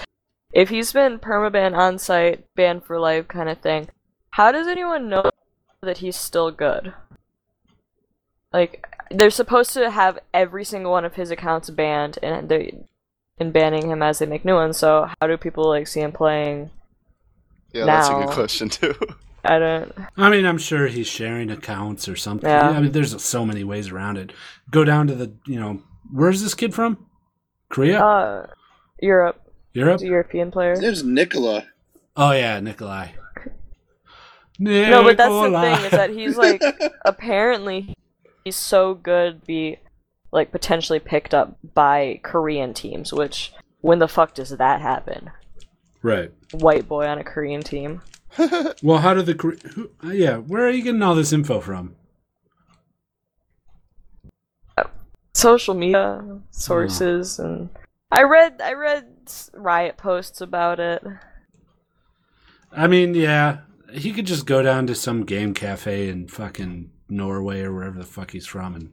if he's been permaban on site, banned for life kind of thing, how does anyone know that he's still good? Like they're supposed to have every single one of his accounts banned and they and banning him as they make new ones, so how do people like see him playing?
Yeah, that's a
Now-
good question [laughs] too.
I don't
I mean, I'm sure he's sharing accounts or something.
Yeah.
I mean, there's so many ways around it. Go down to the, you know, where's this kid from? Korea?
uh Europe
Europe?
he's a European player.
His name's Nicola.
Oh, yeah, Nikolai.
No, but that's the
Nikolai.
thing is that he's
[laughs]
like apparently he's so good to be like potentially picked up by Korean teams, which when the fuck does that happen?
[laughs] Right.
White boy on a Korean team.
Well, how do the. Kore- Who, uh, yeah, where are you getting all this info from?
Social media sources
Hmm.
and I read I read s- riot posts about it.
Oh,
I mean, yeah, he could just go down to some game cafe in fucking Norway or wherever the fuck he's from and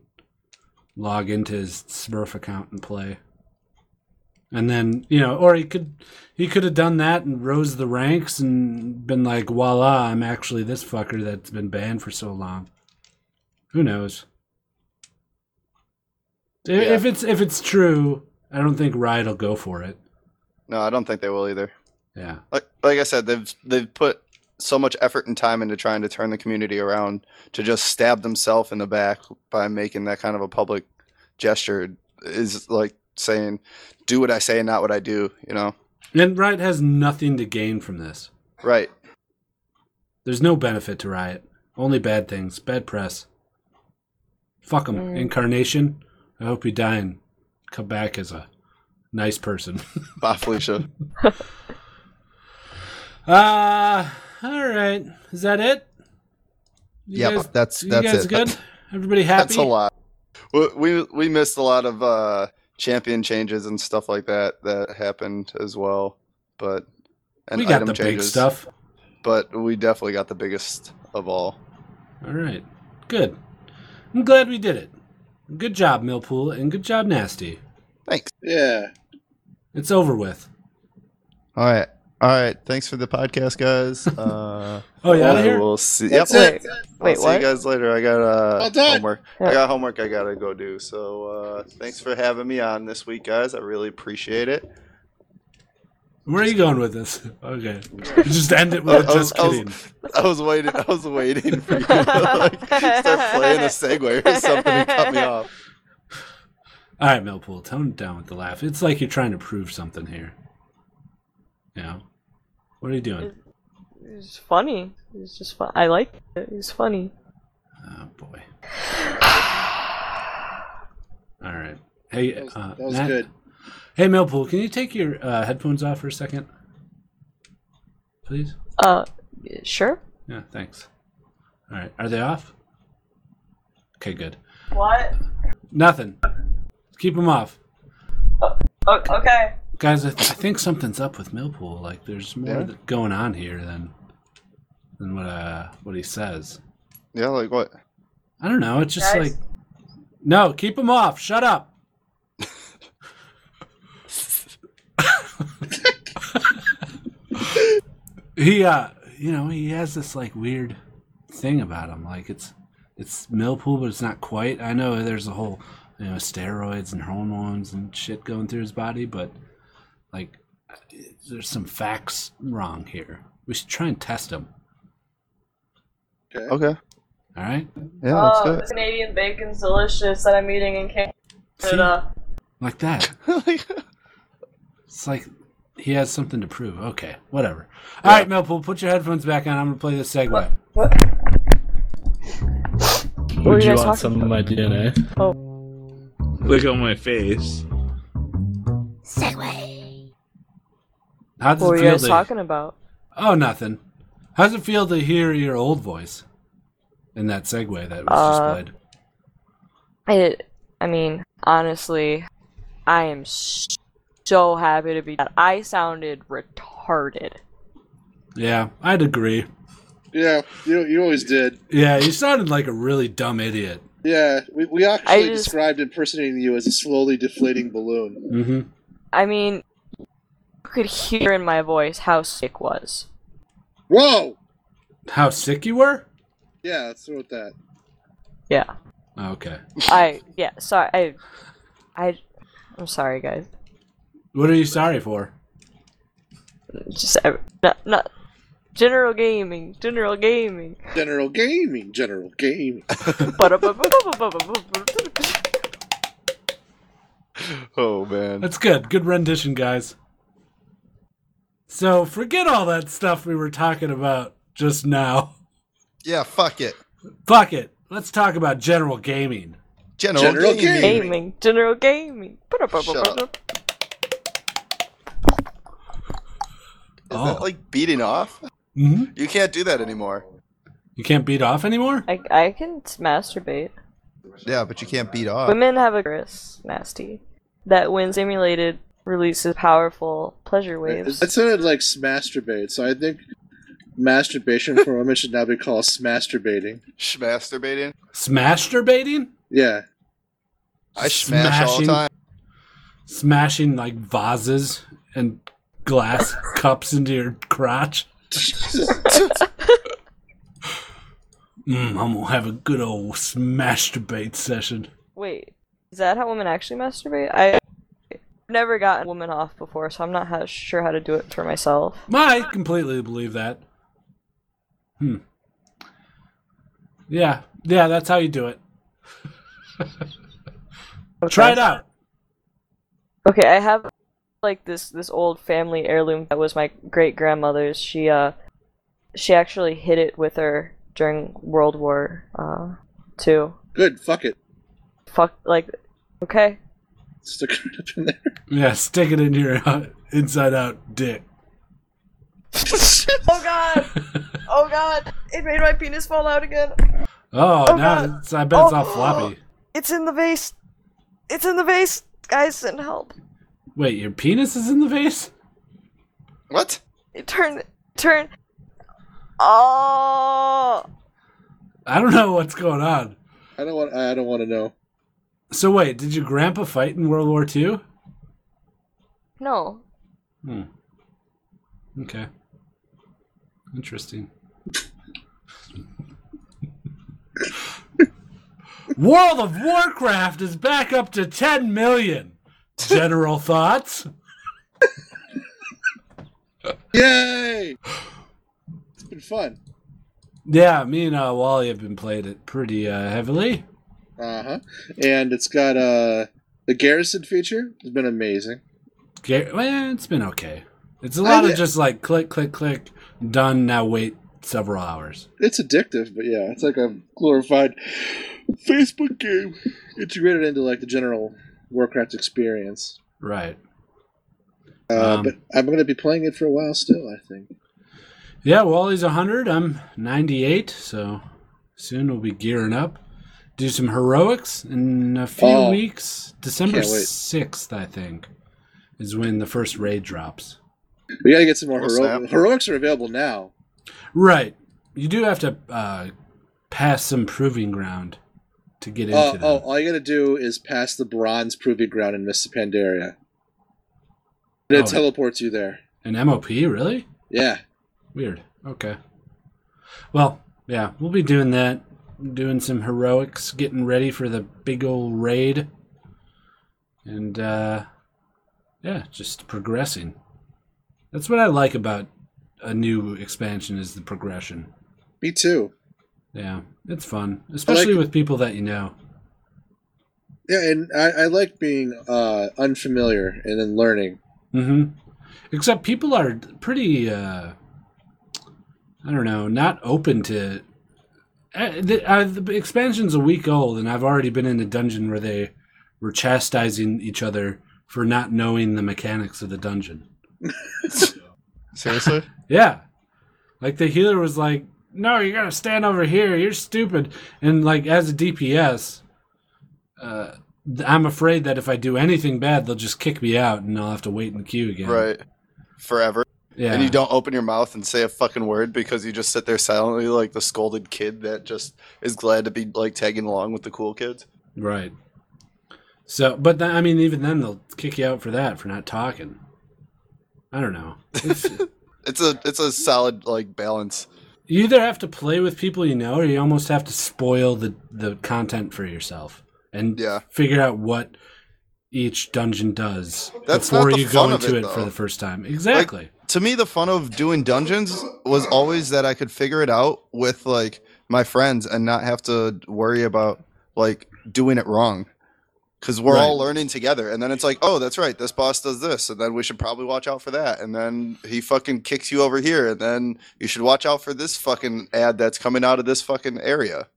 log into his Smurf account and play. And then, you know, or he could he could have done that and rose the ranks and been like, "Voila, I'm actually this fucker that's been banned for so long." Who knows? I-
Yeah.
If it's if it's true, I don't think Riot'll go for it.
no, I don't think they will either.
Yeah.
Like, like I said, they've they've put so much effort and time into trying to turn the community around to just stab themselves in the back by making that kind of a public gesture is like saying, "Do what I say, not what I do." You know?
And Riot has nothing to gain from this.
Right.
There's no benefit to Riot. Only bad things. Bad press. Fuck 'em. Incarnation. I hope you die and come back as a nice person. [laughs]
Bye, Felicia.
uh, all right. Is that it? You
Yep,
guys-
that's-
you
that's
guys
it.
good? Everybody happy?
[laughs] That's a lot. We, we we missed a lot of uh, champion changes and stuff like that that happened as well, but and
we got
item
the big
changes,
stuff.
But we definitely got the biggest of all.
All right. Good. I'm glad we did it. Good job, Millpool, and good job, Nasty.
Thanks.
Yeah.
It's over with.
All right. All right. Thanks for the podcast, [laughs] guys. Uh,
Oh, you out of
I
here?
will see. Yep.
That's
I'll
Wait,
it.
wait,
see
what?
you guys later. I got uh,
Well done.
homework. I got homework I gotta go do. So uh, thanks for having me on this week, guys. I really appreciate it.
Where are you going with this? [laughs]
[laughs]
Okay. just end it
I
with a
was-
just
I was-
kidding.
I was waiting. I was waiting for you to like, start playing a segue or something and cut me off.
All right, Millpool, tone it down with the laugh. It's like you're trying to prove something here. You know? What are you doing?
It's funny. It's just fun. I like it. It's funny.
Oh, boy. All right. Hey,
That was,
uh,
that was
Matt-
good.
Hey, Millpool, can you take your uh, headphones off for a second? Please?
Uh, sure.
Yeah, thanks. All right. Are they off? Okay, good.
What?
Nothing. Keep him off.
O- okay.
Guys, I, th- I think something's up with Millpool. Like, there's more
Yeah?
th- going on here than than what uh what he says.
Yeah, like what?
I don't know. It's just
Guys?
like, no, keep him off. Shut up. he, uh, you know, he has this like weird thing about him. Like it's it's Millpool, but it's not quite. I know there's a whole you know steroids and hormones and shit going through his body, but like there's some facts wrong here. We should try and test him.
Okay.
Okay.
All right.
Yeah, let's do
Oh,
it.
this Canadian bacon's delicious that I'm eating in Canada.
Like
[laughs]
that. It's like he has something to prove. Okay, whatever. All right, Melpool, put your headphones back on. I'm gonna play this segue.
What were
Would
you
you want
guys talking
some of my DNA?
Oh.
Look on my face.
How does
What were
it
you
feel
guys
to?
talking about?
Oh, nothing. How does it feel to hear your old voice in that segue that was
Uh,
just played?
It, I mean, honestly, I am s- so happy to be. I sounded retarded.
Yeah, I'd agree.
Yeah, you you always did.
Yeah, you sounded like a really dumb idiot.
Yeah, we, we actually
just-
described impersonating you as a slowly deflating balloon.
Mm-hmm.
I mean, you could hear in my voice how sick was.
Whoa!
How sick you were?
Yeah, let's throw it that.
Yeah.
Okay.
I yeah. Sorry. I, I, I'm sorry, guys.
What are you sorry for?
Just ev- not not general gaming. General gaming.
General gaming, general
[laughs]
gaming.
Ba-da-ba-ba-ba-ba-ba-ba-ba.
Oh man.
That's good. Good rendition, guys. So forget all that stuff we were talking about just now. [laughs]
Yeah, fuck it.
Fuck it. Let's talk about general gaming.
General,
General
gaming.
gaming.
gaming. General gaming.
Shut up. Is
Oh.
that like beating off?
Mm-hmm.
You can't do that anymore.
You can't beat off anymore?
I I can masturbate.
Yeah, but you can't beat off.
Women have a gris nasty that when stimulated releases powerful pleasure waves.
That sounded like smasturbate, so I think masturbation for women should now be called smasturbating.
Sh- masturbating.
Smasturbating?
Yeah.
I smash all the
Smashing.
time.
Smashing like vases and glass [laughs] cups into your
[laughs]
crotch? Mm, I'm gonna have a good old smasturbate session.
Wait, is that how women actually masturbate? I, I've never gotten woman off before, so I'm not how, sure how to do it for myself.
I completely believe that. Hmm. Yeah, yeah, that's how you do it.
Okay.
Try it out.
Okay, I have like this this old family heirloom that was my great grandmother's. She uh, she actually hid it with her during World War uh, two.
Good, fuck it.
Fuck, like, okay,
Stick it up in there.
Yeah, stick it into your [laughs] uh, inside out dick.
[laughs] Oh god! Oh god! It made my penis fall out again.
Oh,
Oh,
now
God.
it's, I bet it's all
Oh.
floppy.
It's in the vase. It's in the vase. Guys, send help.
Wait, your penis is in the vase?
What?
It turned turn. Oh.
I don't know what's going on.
I don't want I don't want to know.
So wait, did your grandpa fight in World War II?
No.
Hmm. Okay. Interesting. World of Warcraft is back up to 10 million. General thoughts?
Yay! It's been fun.
Yeah, me and uh, Wally have been playing it pretty uh, heavily.
Uh-huh. And it's got uh the garrison feature. It's been amazing.
Ga- well, it's been okay. It's a
I
lot of
did-
just like click, click, click, done, now wait several hours.
It's addictive, but yeah, it's like a glorified Facebook game integrated into like the general Warcraft experience.
Right.
Uh,
Um,
but I'm going to be playing it for a while still, I think.
Yeah, Wally's 100. I'm 98, so soon we'll be gearing up. do some heroics in a few
Oh.
weeks. December
Can't wait.
sixth, I think, is when the first raid drops.
We got to get some more
Well,
hero-
snap.
heroics. Are available now.
Right. You do have to uh, pass some proving ground to get into
Oh,
them.
oh, all you got to do is pass the bronze proving ground in Mists of Pandaria. And it
Oh.
teleports you there.
An MOP, really?
Yeah.
Weird. Okay. Well, yeah, we'll be doing that. Doing some heroics, getting ready for the big old raid. And, uh, yeah, just progressing. That's what I like about a new expansion is the progression.
Me too.
Yeah, it's fun, especially with people that you know.
Yeah, and I, I like being uh, unfamiliar and then learning.
Mm-hmm. Except people are pretty, uh, I don't know, not open to. Uh, the, uh, the expansion's a week old, and I've already been in a dungeon where they were chastising each other for not knowing the mechanics of the dungeon.
Seriously?
Yeah. Like the healer was like, "No, you're gonna stand over here. You're stupid." And like as a DPS, uh, th- I'm afraid that if I do anything bad, they'll just kick me out, and I'll have to wait in the queue again.
Right. Forever.
Yeah.
And you don't open your mouth and say a fucking word because you just sit there silently like the scolded kid that just is glad to be like tagging along with the cool kids.
Right. So, but th- I mean, even then, they'll kick you out for that for not talking. I don't know.
[laughs]
It's-
It's a it's a solid like balance.
you either have to play with people you know, or you almost have to spoil the the content for yourself and
Yeah.
figure out what each dungeon does
That's not
before
the
you
fun
go
of
into
it,
it, for
though.
the first time. Exactly.
To me, the fun of doing dungeons was always that I could figure it out with like my friends and not have to worry about like doing it wrong. Cause we're all
Right.
learning together, and then it's like, oh, that's right, this boss does this, and then we should probably watch out for that, and then he fucking kicks you over here, and then you should watch out for this fucking ad that's coming out of this fucking area.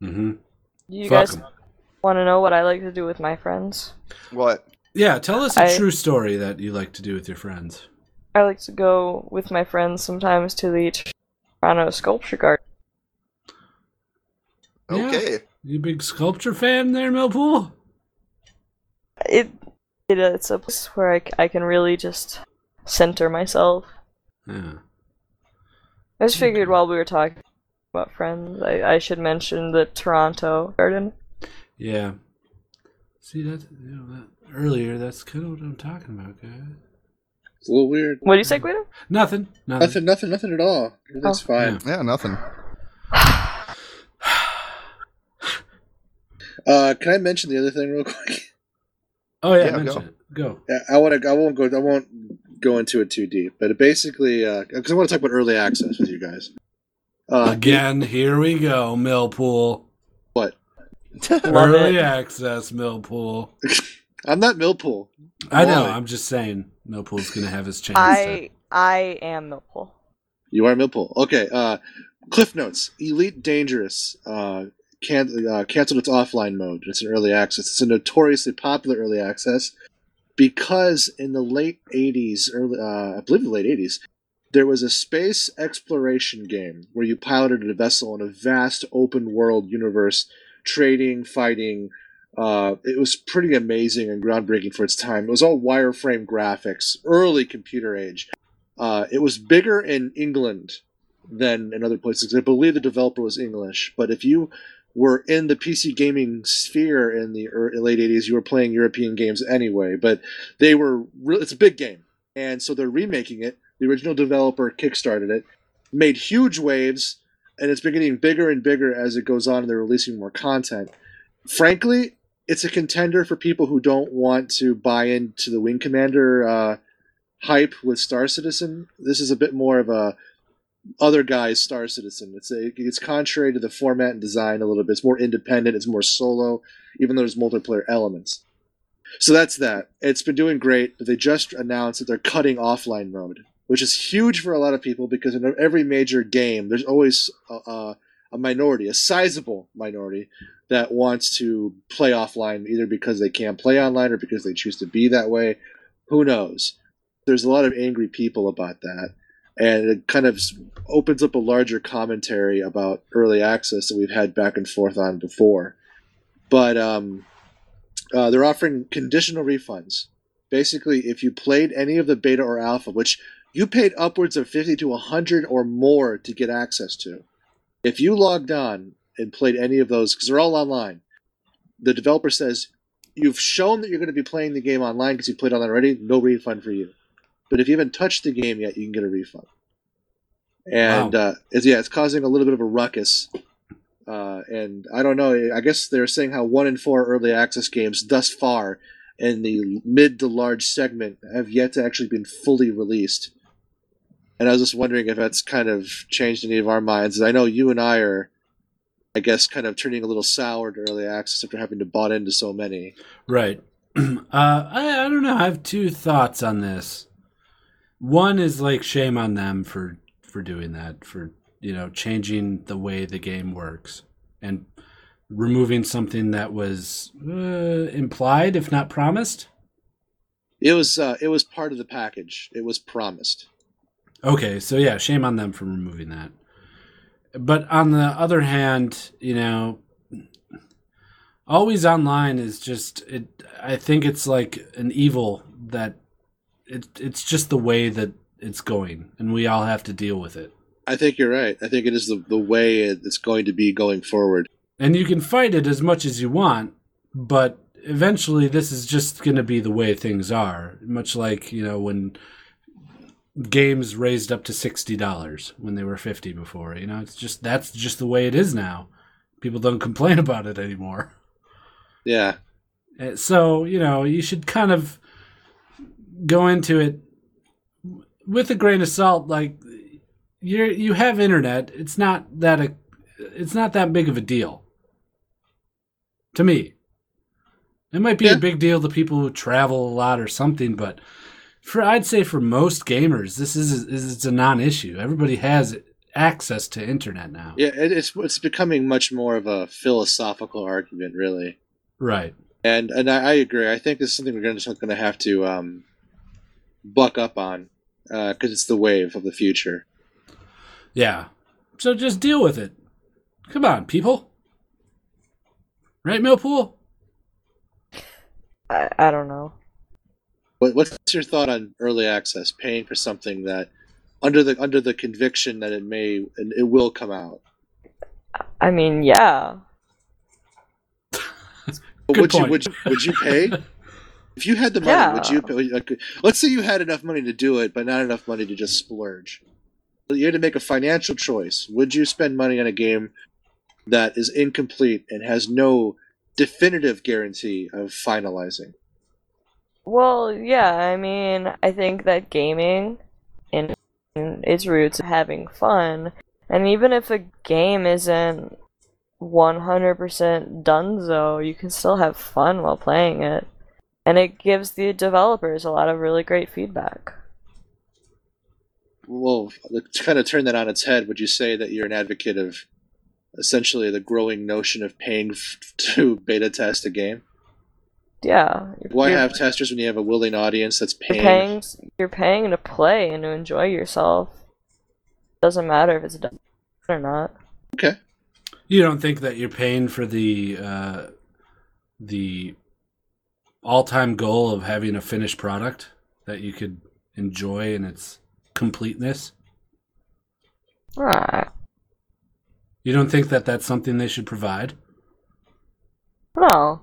mm-hmm.
You
Fuck
guys
'em.
want to know what I like to do with my friends?
What?
Yeah. Tell us a
I-
true story that you like to do with your friends.
I like to go with my friends sometimes to the Toronto Sculpture Garden.
Yeah.
Okay.
You big sculpture fan there, Millpool?
It, it it's a place where I, c- I can really just center myself.
Yeah.
I just figured while we were talking about friends, I, I should mention the Toronto Garden.
Yeah. See that, you know, that earlier? That's kind of what I'm talking about, guys.
It's a little weird.
What do you say, Guido?
Nothing. Nothing.
Nothing, nothing, nothing at all. That's fine.
Yeah, nothing.
Uh, can I mention the other thing real quick? [laughs]
Oh yeah,
Yeah,
mention
go.
it. Go.
Yeah, I want to. I won't go. I won't go into it too deep. But it basically, because I want to talk about early access with you guys. Uh,
Again, here we go, Millpool.
What?
Love
Early
it.
access, Millpool.
I'm not Millpool.
I know.
Why?
I'm just saying, Millpool's gonna have his chance.
I I am Millpool.
You are Millpool. Okay. Uh, Cliff Notes. Elite Dangerous. Uh, can, uh, canceled its offline mode. It's an early access. It's a notoriously popular early access because in the late '80s, early uh, I believe the late '80s, there was a space exploration game where you piloted a vessel in a vast open world universe, trading, fighting. Uh, it was pretty amazing and groundbreaking for its time. It was all wireframe graphics, early computer age. Uh, it was bigger in England than in other places. I believe the developer was English, but if you were in the PC gaming sphere in the ear- late 80s, you were playing European games anyway. But they were, re- it's a big game. And so they're remaking it. The original developer kickstarted it, made huge waves, and it's been getting bigger and bigger as it goes on and they're releasing more content. Frankly, it's a contender for people who don't want to buy into the Wing Commander uh, hype with Star Citizen. This is a bit more of a other guy's Star Citizen. It's a, it's contrary to the format and design a little bit. It's more independent. It's more solo, even though there's multiplayer elements. So that's that. It's been doing great, but they just announced that they're cutting offline mode, which is huge for a lot of people because in every major game, there's always a, a, a minority, a sizable minority, that wants to play offline either because they can't play online or because they choose to be that way. Who knows? There's a lot of angry people about that. And it kind of s- opens up a larger commentary about early access that we've had back and forth on before but um, uh, they're offering conditional refunds. Basically, if you played any of the beta or alpha, which you paid upwards of fifty to hundred or more to get access to, if you logged on and played any of those, because they're all online, the developer says you've shown that you're going to be playing the game online because you played online already. No refund for you. But if you haven't touched the game yet, you can get a refund. And uh, it's, yeah, it's causing a little bit of a ruckus. Uh, and I don't know. I guess they're saying how one in four early access games thus far in the mid to large segment have yet to actually been fully released. And I was just wondering if that's kind of changed any of our minds. I know you and I are, I guess, kind of turning a little sour to early access after having to bought into so many.
Right. [clears throat] uh, I, I don't know. I have two thoughts on this. One is like shame on them for for doing that, for you know changing the way the game works and removing something that was uh, implied, if not promised.
It was uh, it was part of the package. It was promised.
Okay, so yeah, shame on them for removing that. But on the other hand, you know, always online is just it. I think it's like an evil that it. It's just the way that it's going, and we all have to deal with it.
I think you're right. I think it is the the way it's going to be going forward.
And you can fight it as much as you want, but eventually, this is just going to be the way things are. Much like you know when games raised up to sixty dollars when they were fifty before. You know, it's just that's just the way it is now. People don't [laughs] complain about it anymore.
Yeah,
Uh, So you know, you should kind of go into it with a grain of salt. Like you you have internet. It's not that a it's not that big of a deal to me. It might be
Yeah.
a big deal to people who travel a lot or something, but for I'd say for most gamers, this is, is it's a non-issue. Everybody has access to internet now,
yeah. It, it's it's becoming much more of a philosophical argument, really.
right?
And and I, I agree. I think this is something we're going to going to have to um, buck up on because it's the wave of the future.
Yeah. So just deal with it. Come on, people. Right, Millpool?
I, I don't know.
What, what's your thought on early access, paying for something that under the under the conviction that it may and it will come out?
I mean, yeah.
But
Good
would
point.
you would you, would you pay?
[laughs]
if you had the money, would you
Yeah.
pay? Like, let's say you had enough money to do it, but not enough money to just splurge. You had to make a financial choice. Would you spend money on a game that is incomplete and has no definitive guarantee of finalizing?
Well, yeah, I mean, I think that gaming in, in its roots of having fun, and even if a game isn't 100% donezo, you can still have fun while playing it. And it gives the developers a lot of really great feedback.
Well, to kind of turn that on its head, would you say that you're an advocate of essentially the growing notion of paying f- to beta test a game?
Yeah. You're,
Why
you're-
have testers when you have a willing audience that's
you're
paying?
paying, you're paying to play and to enjoy yourself. Doesn't matter if it's done or not.
Okay.
You don't think that you're paying for the uh, the all-time goal of having a finished product that you could enjoy in its completeness?
Right.
You don't think that that's something they should provide?
No.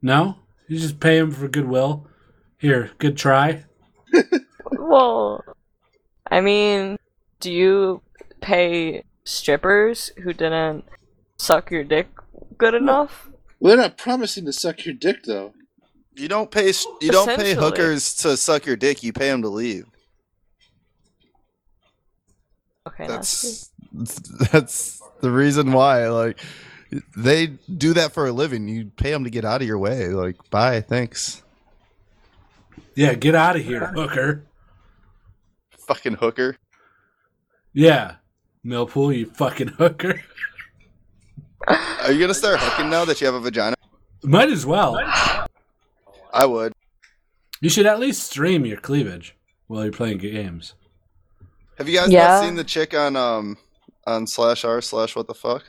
No? You just pay them for goodwill. Here, good try.
Well, I mean, do you pay strippers who didn't suck your dick good enough?
Well, they're not promising to suck your dick, though.
You don't pay. You don't pay
Essentially.
hookers to suck your dick. You pay them to leave.
Okay, that's
That's that's the reason why. Like they do that for a living. You pay them to get out of your way. Like bye, thanks.
Yeah, get out of here, hooker.
Fucking hooker.
Yeah. Millpool, you fucking hooker. [laughs]
Are you gonna start hooking now that you have a vagina?
Might as well.
I would.
You should at least stream your cleavage while you're playing games.
Have you guys
Yeah.
not seen the chick on um on slash r slash what the fuck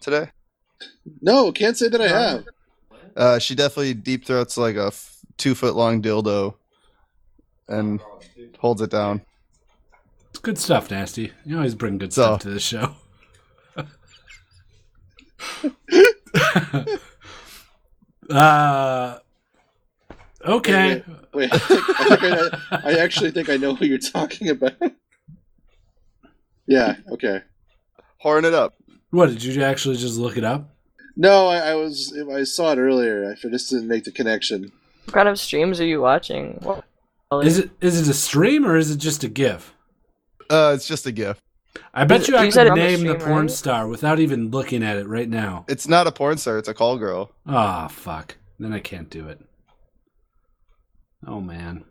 today?
Uh-huh.
No, can't say that I have.
Uh, she definitely deep throats like a f- two foot long dildo, and holds it down.
It's good stuff, Nasty. You always bring good
So-
stuff to this show. [laughs] uh, okay. [laughs]
Wait, [laughs] I, think, I, think I, I actually think I know who you're talking about. [laughs] yeah, okay.
Horn it up.
What did you actually just look it up?
No, I, I was I saw it earlier. I just didn't make the connection.
What kind of streams are you watching? What-
Is it is it a stream or is it just a GIF?
Uh, it's just a gif.
I bet
Is it-
you I
you said
could
on the
name the
stream,
porn
right?
star without even looking at it right now.
It's not a porn star. It's a call girl.
Ah, fuck. Then I can't do it. Oh man.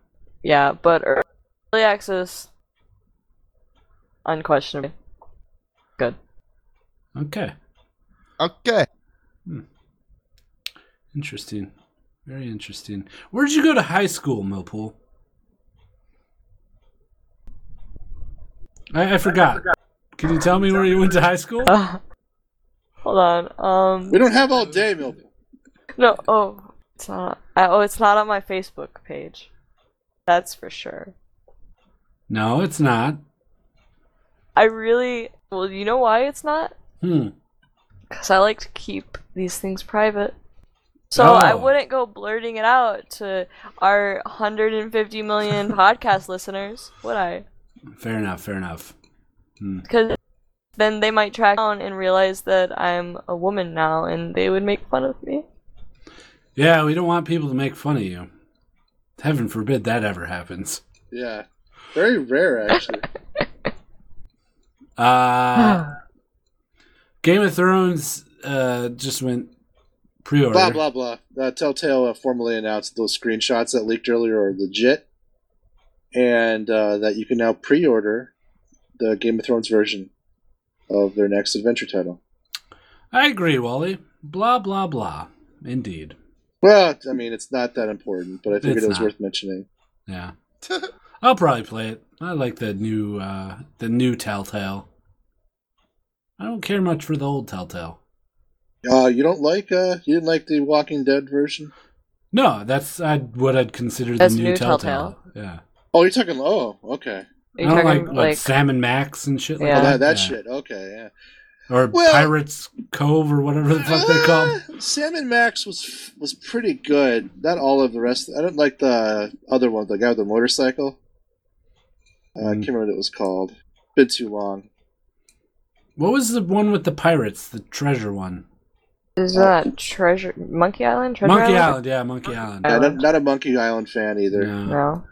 Yeah, but ear- early access, unquestionably.
Okay.
Okay.
Interesting. Very interesting. Where'd you go to high school, Millpool? I, I forgot. Can you tell me where you went to high school?
Uh, [laughs] hold on.
We
Um,
don't have all day, Millpool.
no. Oh, it's not. I, oh, it's not on my Facebook page. That's for sure.
No, it's not.
I really. Well, you know why it's not?
Hmm.
Because I like to keep these things private. So
Oh.
I wouldn't go blurting it out to our
[laughs]
150 million podcast listeners, would I?
Fair enough. Fair enough. Hmm.
Because then they might track down and realize that I'm a woman now, and they would make fun of me.
Yeah, we don't want people to make fun of you. Heaven forbid that ever happens.
Yeah, very rare actually. [sighs]
Uh, Game of Thrones uh, just went pre-order.
blah blah blah. Uh, Telltale uh, formally announced those screenshots that leaked earlier are legit, and uh, that you can now pre-order the Game of Thrones version of their next adventure title.
I agree, Wally. Blah blah blah. Indeed.
Well, I mean, it's not that important, but I figured
It's
it was
not.
worth mentioning. [laughs]
Yeah. I'll probably play it. I like the new uh the new Telltale. I don't care much for the old Telltale.
Uh, you don't like uh, you didn't like the Walking Dead version?
No, that's i what I'd consider
That's
the new,
new
Telltale. Yeah.
Oh, you're talking. Oh, okay.
Are you
I don't like,
talking
what,
like,
Sam and Max and shit
Yeah.
like
oh, that, that
Yeah.
shit. Okay, yeah.
Or
Well-
Pirates Cove or whatever the fuck they call.
[laughs]
'em.
Ah, Sam and Max was was pretty good. Not all of the rest. I don't like the other one, the guy with the motorcycle. Uh, I
Mm.
can't remember what it was called. Been too long.
What was the one with the pirates, the treasure one?
is that treasure Monkey Island? Treasure
Monkey
Island?
Island, yeah, Monkey Island.
Yeah, not, not a Monkey Island fan either.
No.
No.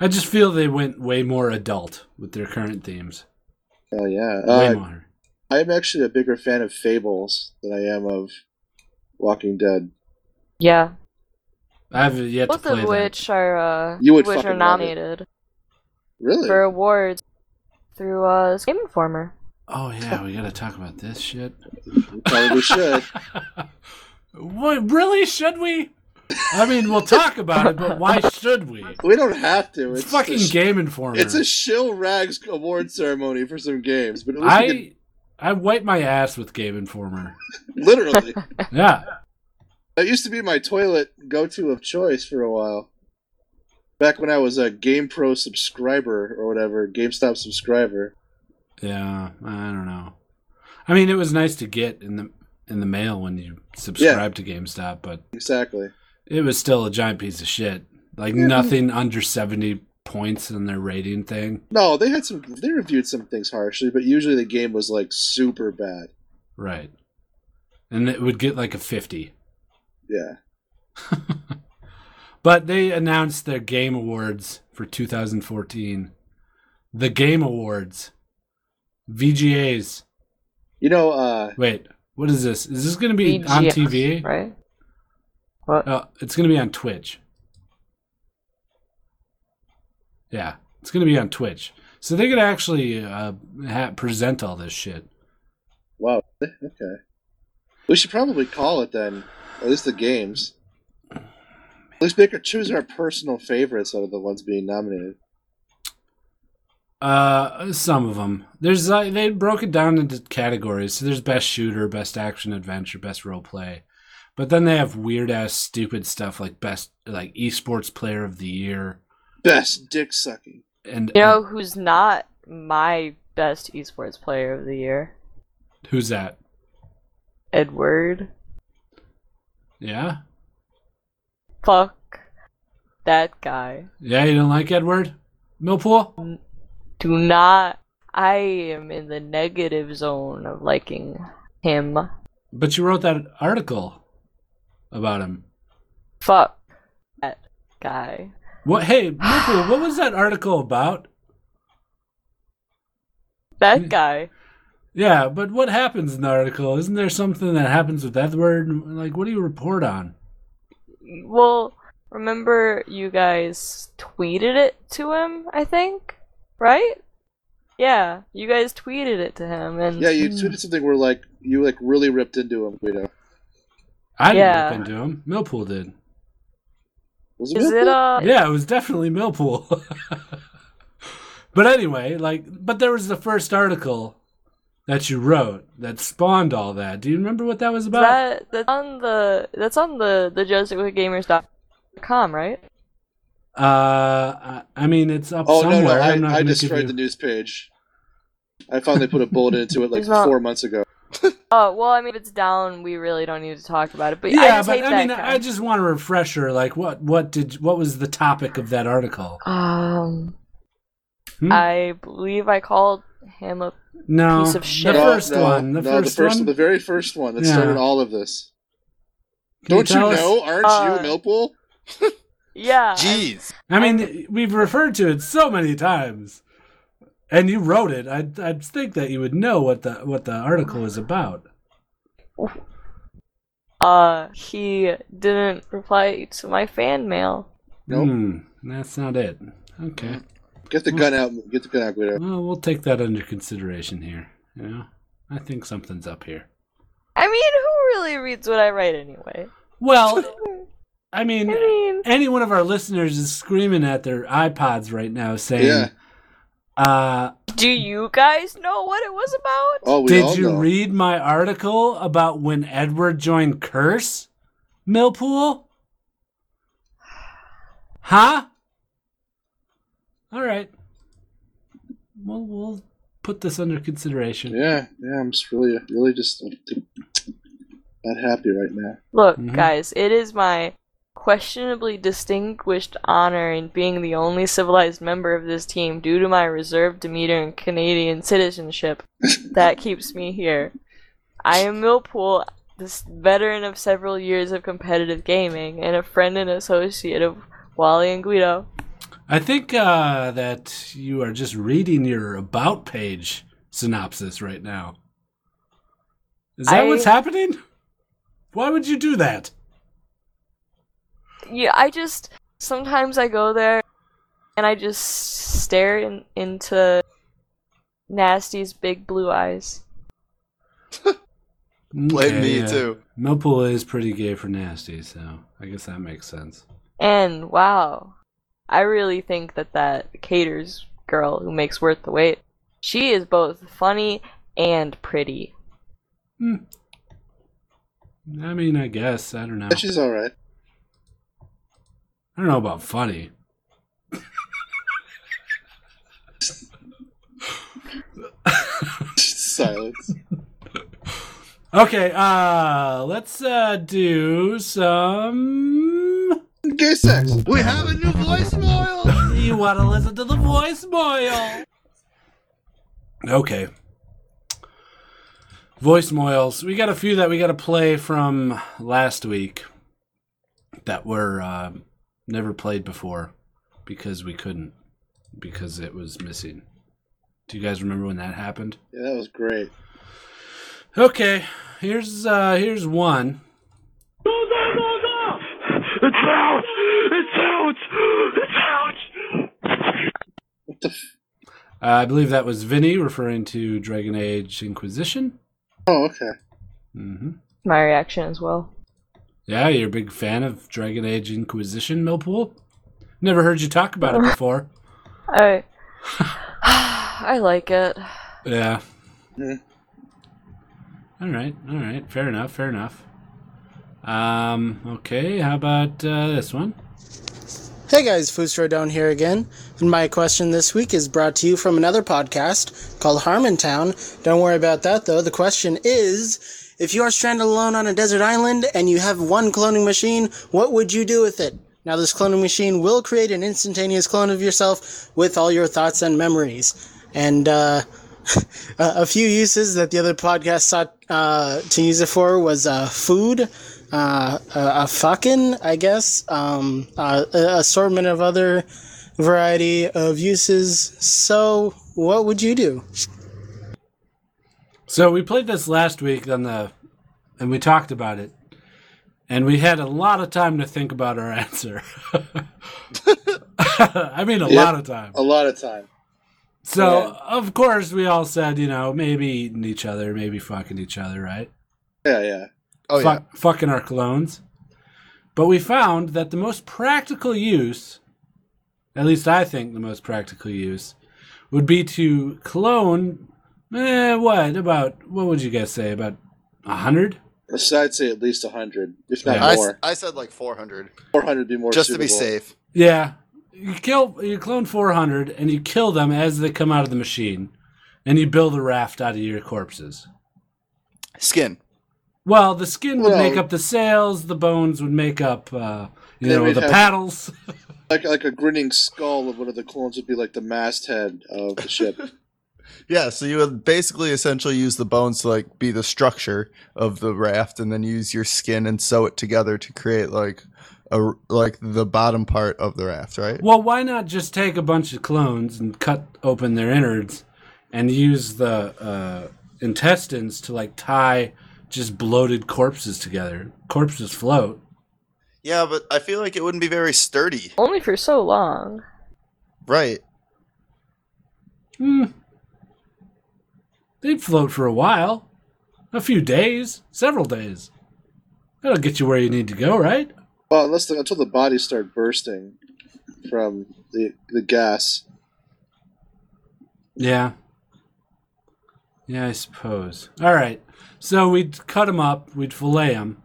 I just feel they went way more adult with their current themes.
Oh yeah.
Way
Uh,
more.
I'm actually a bigger fan of Fables than I am of Walking Dead.
Yeah.
I haven't yet
Both
to play
of which are uh,
You would
which
fucking
are
love it.
nominated
Really?
for awards through uh, Game Informer.
that. Oh yeah, we gotta talk about this shit.
You probably should.
What really should we? I mean, we'll talk about it, but why should we?
We don't have to.
It's
It's,
fucking
a sh-
Game Informer.
It's a shill rags award ceremony for some games, but at least we
I I wipe my ass with Game Informer.
could- literally.
Yeah,
That used to be my toilet go-to of choice for a while. Back when I was a GamePro subscriber or whatever, GameStop subscriber.
yeah. I don't know. I mean, it was nice to get in the in the mail when you subscribed to GameStop, but
Exactly.
it was still a giant piece of shit. Like nothing under seventy points in their rating thing,
No, they had some. They reviewed some things harshly, but usually the game was like super bad.
right? And it would get like a fifty.
Yeah.
But they announced their game awards for 2014. The game awards. VGAs.
You know, uh,
Wait, what is this? Is this going to be on
VGS,
TV?
right?
Oh, it's going to be on Twitch. Yeah, it's going to be on Twitch. So they could actually uh, ha- present all this shit.
wow. [laughs] Okay. We should probably call it then. At least the games. At least make our choose our personal favorites out of the ones being nominated.
Uh, some of them. There's uh, like they broke it down into categories. So there's best shooter, best action adventure, best role play, But then they have weird ass stupid stuff like best like esports player of the year
Best dick sucking.
and
You know who's not my best esports player of the year?
who's that?
Edward.
Yeah?
Fuck that guy.
Yeah, you don't like Edward? Millpool?
Do not. I am in the negative zone of liking him.
But you wrote that article about him.
Fuck that guy.
What hey, Millpool, what was that article about? Hmm.
That guy.
Yeah, but what happens in the article? Isn't there something that happens with Edward? Like what do you report on?
Well, remember you guys tweeted it to him, I think? Right? Yeah, you guys tweeted it to him and
Yeah, you tweeted something where like you like really ripped into him, Guido.
I didn't
Yeah.
look into him. Millpool did.
Was
Is
Millpool?
it uh
Yeah, it was definitely Millpool. [laughs] but anyway, like, but there was the first article that you wrote that spawned all that. Do you remember what that was about?
that that's on the that's on the the JosephGamers.com, right?
Uh, I, I mean, it's up
Oh
somewhere.
no, no,
I'm not
I, I
gonna
destroyed
give
the
you...
news page. I finally put a bullet into it like
It's not-
four months ago.
Oh well, I mean, if it's down, we really don't need to talk about it. [laughs] But I
Yeah,
just
but
hate
I mean,
that guy.
I just want a refresher. Like, what, what did, what was the topic of that article?
um,
Hmm?
I believe I called him a
no,
piece of shit.
the
No,
first
no,
one, the
no,
first,
the first
one.
the very first one that
Yeah.
started all of this.
Can
Don't you,
tell us-
know? Aren't
Uh,
you Millpool?
yeah. I-
Jeez.
I mean, we've referred to it so many times, and you wrote it. I I think that you would know what the what the article was about.
Uh, he didn't reply to my fan mail.
Nope.
Hmm, that's not it. Okay.
Get the gun out! Get the gun out, Guido.
Well, we'll take that under consideration here. You know, I think something's up here.
I mean, who really reads what I write anyway?
[laughs]
Well, I mean,
I mean,
any one of our listeners is screaming at their iPods right now, saying,
Yeah.
uh,
do you guys know what it was about?
Oh, we all
"Did you
know.
read my article about when Edward joined Curse, Millpool? Huh? All right. Well, we'll put this under consideration.
Yeah, yeah. I'm just really, really just not happy right now.
Look,
Mhm.
guys, it is my questionably distinguished honor in being the only civilized member of this team due to my reserved demeanor and Canadian citizenship that keeps me here. I am Millpool, this veteran of several years of competitive gaming, and a friend and associate of Wally and Guido.
I think uh, that you are just reading your about page synopsis right now. Is that
I-
what's happening? Why would you do that?
Yeah, I just sometimes I go there and I just stare in, into Nasty's big blue eyes.
Blame
Okay,
me
yeah.
too.
Millpool is pretty gay for nasty, so I guess that makes sense.
And wow, I really think that that caters girl who makes worth the wait. She is both funny and pretty.
Hmm. I mean, I guess I don't know.
But she's all right. [laughs]
I don't know about funny.
Silence.
Okay, uh, let's uh do some.
Gay sex.
We have a new voicemail.
You want to listen to the voicemail? Okay. Voicemails. We got a few that we got to play from last week that were uh, never played before because we couldn't because it was missing. Do you guys remember when that happened?
Yeah, that was great.
Okay, here's uh here's one.
It's out! It's out! It's out!
What the? F-
Uh, I believe that was Vinny referring to Dragon Age Inquisition.
oh, okay.
hmm
My reaction as well.
Yeah, you're a big fan of Dragon Age Inquisition, Millpool? Never heard you talk about it before.
I [sighs] I like it.
Yeah.
Yeah.
All right, all right. Fair enough, fair enough. Um, okay, how about uh, this one?
Hey guys, Fusro down here again, and my question this week is brought to you from another podcast called Harmontown. Don't worry about that though. The question is if you are stranded alone on a desert island and you have one cloning machine, what would you do with it? Now, this cloning machine will create an instantaneous clone of yourself with all your thoughts and memories. And, uh, [laughs] uh, a few uses that the other podcast sought uh, to use it for was uh, food, uh, a, a fucking, I guess, um, uh, a- assortment of other variety of uses. So, what would you do?
So we played this last week on the, and we talked about it, and we had a lot of time to think about our [laughs] answer. I mean, a
Yep.
lot of time.
A lot of time.
So of course we all said, you know, maybe eating each other, maybe fucking each other, right?
Yeah, yeah.
Oh yeah.
Fuck, fucking our clones. But we found that the most practical use, at least I think the most practical use, would be to clone. Eh, what about what would you guys say about a hundred?
So I'd say at least 100, if not
Yeah.
I, s-
more.
I said like 400
400 would be more
just to be
suitable.
safe.
Yeah, you kill you clone four hundred and you kill them as they come out of the machine, and you build a raft out of your corpses.
Skin.
Well, the skin would
Well-
make up the sails, the bones would make up, uh, you
Then
know,
we'd
the
have-
paddles.
Like, like a grinning skull of one of the clones would be like the masthead of the
[laughs]
ship.
Yeah, so you would basically essentially use the bones to like be the structure of the raft, and then use your skin and sew it together to create like a like the bottom part of the raft, right?
Well, why not just take a bunch of clones and cut open their innards and use the uh, intestines to like tie just bloated corpses together? Corpses float.
Yeah, but I feel like it wouldn't be very sturdy,
Only for so long.
right?
Hmm. They'd float for a while, a few days, several days. That'll get you where you need to go, right?
well, unless the, until the bodies start bursting from the, the gas.
Yeah. Yeah, I suppose. All right. So we'd cut them up, we'd fillet them,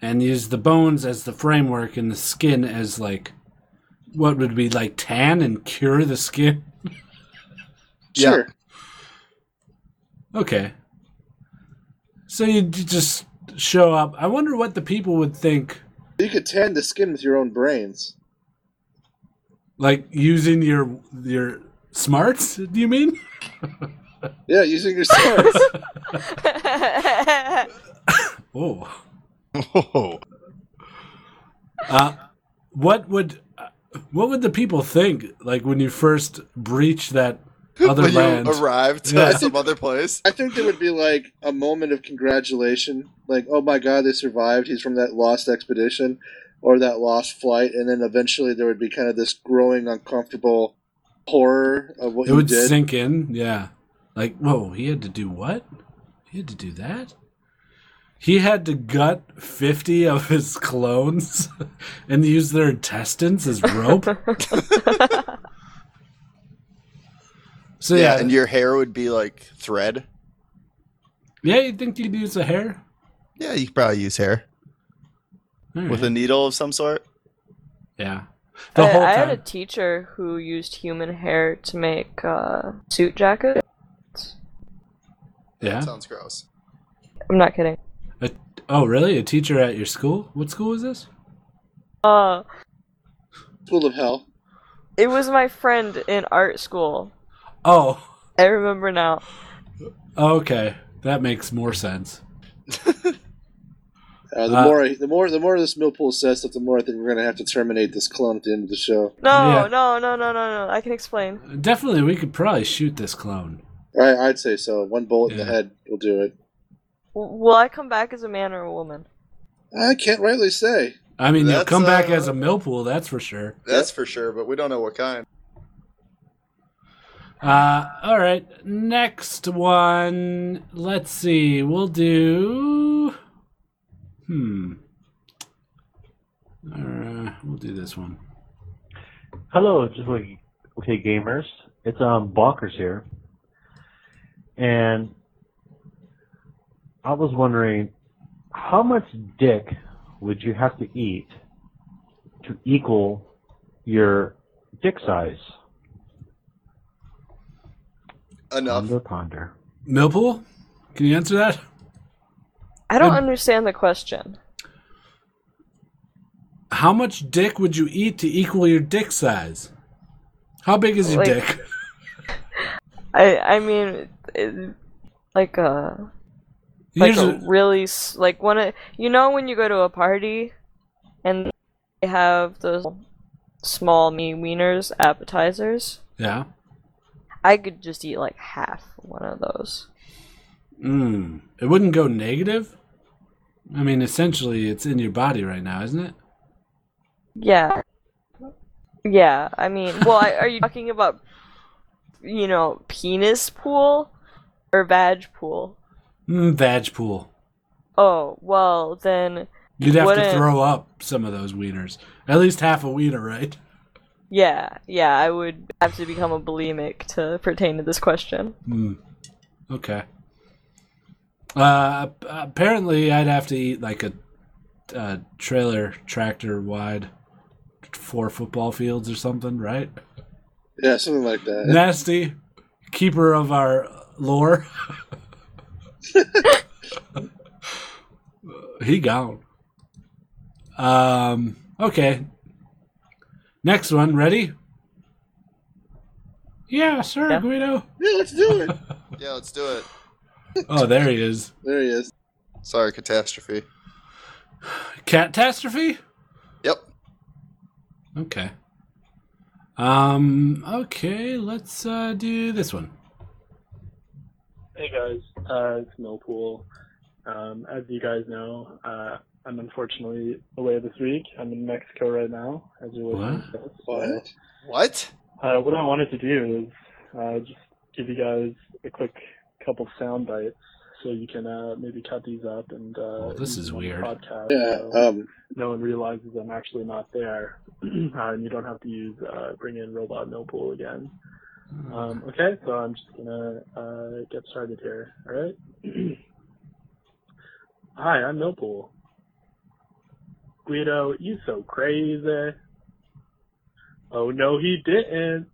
and use the bones as the framework and the skin as like what would be like tan and cure the skin. [laughs]
Yeah.
Sure.
Okay. So you'd j- just show up. I wonder what the people would think,
You could tan the skin with your own brains.
like using your your smarts. Do you mean?
Yeah, using
[laughs]
your swords.
Oh.
Oh,
Uh, what would uh, what would the people think like when you first breach that other
when
land?
you arrived
Yeah.
at some
[laughs]
other place.
I think there would be like a moment of congratulation, like, "Oh my God, they survived! He's from that lost expedition, or that lost flight," and then eventually there would be kind of this growing uncomfortable horror of what
it
you
would
did.
sink in, yeah. Like, whoa, he had to do what? He had to do that. He had to gut fifty of his [laughs] clones and use their intestines as rope. so yeah, yeah,
and your hair would be like thread.
you think you'd use a hair?
Yeah, you could probably use hair
All
with a
right.
needle of some sort.
yeah, the
I,
whole
I had
time.
a teacher who used human hair to make uh, suit jackets.
yeah.
Sounds gross.
I'm not kidding.
A, oh, really? A teacher at your school? What school was this?
Uh,
School of Hell.
it was my friend in art school.
Oh,
I remember now.
okay. That makes more sense.
Uh, the
Uh,
more I, the more the more this Millpool says stuff, the more I think we're gonna have to terminate this clone at the end of the show.
No,
Yeah.
no, no, no, no, no. I can explain.
Definitely, we could probably shoot this clone.
I, I'd say so. One bullet in
Yeah.
the head will do it.
W- Will I come back as a man or a woman?
I can't rightly say.
I mean, you'll
That's,
come back
uh,
as a millpool, that's for sure.
That's for sure, but we don't know what kind.
Uh, all right. Next one. Let's see. We'll do. Hmm. Uh, we'll do this one.
Hello, just like okay gamers. It's um Bonkers here. And I was wondering how much dick would you have to eat to equal your dick size?
Enough.
Ponder, ponder.
Millpool, can you answer that?
I don't
Um,
understand the question.
How much dick would you eat to equal your dick size? How big is your
Like-
dick?
I I mean, it, like a [laughs] like
Here's
a
a-
really s- like one of you know when you go to a party, and they have those small mini wieners appetizers.
yeah.
I could just eat like half one of those.
Mm. It wouldn't go negative? I mean, essentially, it's in your body right now, isn't it?
Yeah. Yeah, I mean, well, I, are you talking about, you know, penis pool or vag pool?
Mm, vag pool.
Oh, well, then,
You'd have to
Wouldn't-
throw up some of those wieners. At least half a wiener, right?
yeah, yeah, I would have to become a bulimic to pertain to this question.
Hmm. Okay. Uh, apparently, I'd have to eat like a, a trailer tractor wide, four football fields or something, right?
Yeah, something like that.
Nasty, keeper of our lore. [laughs] he gone. Um. Okay. Next one, ready? Yeah, sure,
Yeah.
Guido.
Yeah, let's do it.
[laughs] Yeah, let's do it.
Oh, there he is.
There he is.
Sorry, catastrophe.
Catastrophe.
Yep.
Okay. Um. Okay. Let's uh, do this one.
Hey guys, uh, it's Millpool. Um, as you guys know, uh, I'm unfortunately away this week. I'm in Mexico right now, as you're listening
What?
to this.
What?
What?
Uh, what I wanted to do is uh, just give you guys a quick couple sound bites so you can uh, maybe cut these up and uh,
Well, Oh, this
use
is
them on the
weird.
Podcast,
Yeah.
so
Um,
no one realizes I'm actually not there, [clears throat] uh, and you don't have to use uh, bring in robot Millpool again. Um, okay, so I'm just gonna uh, get started here. All right. [clears throat] Hi, I'm Millpool. Guido, you so crazy. Oh no, he didn't.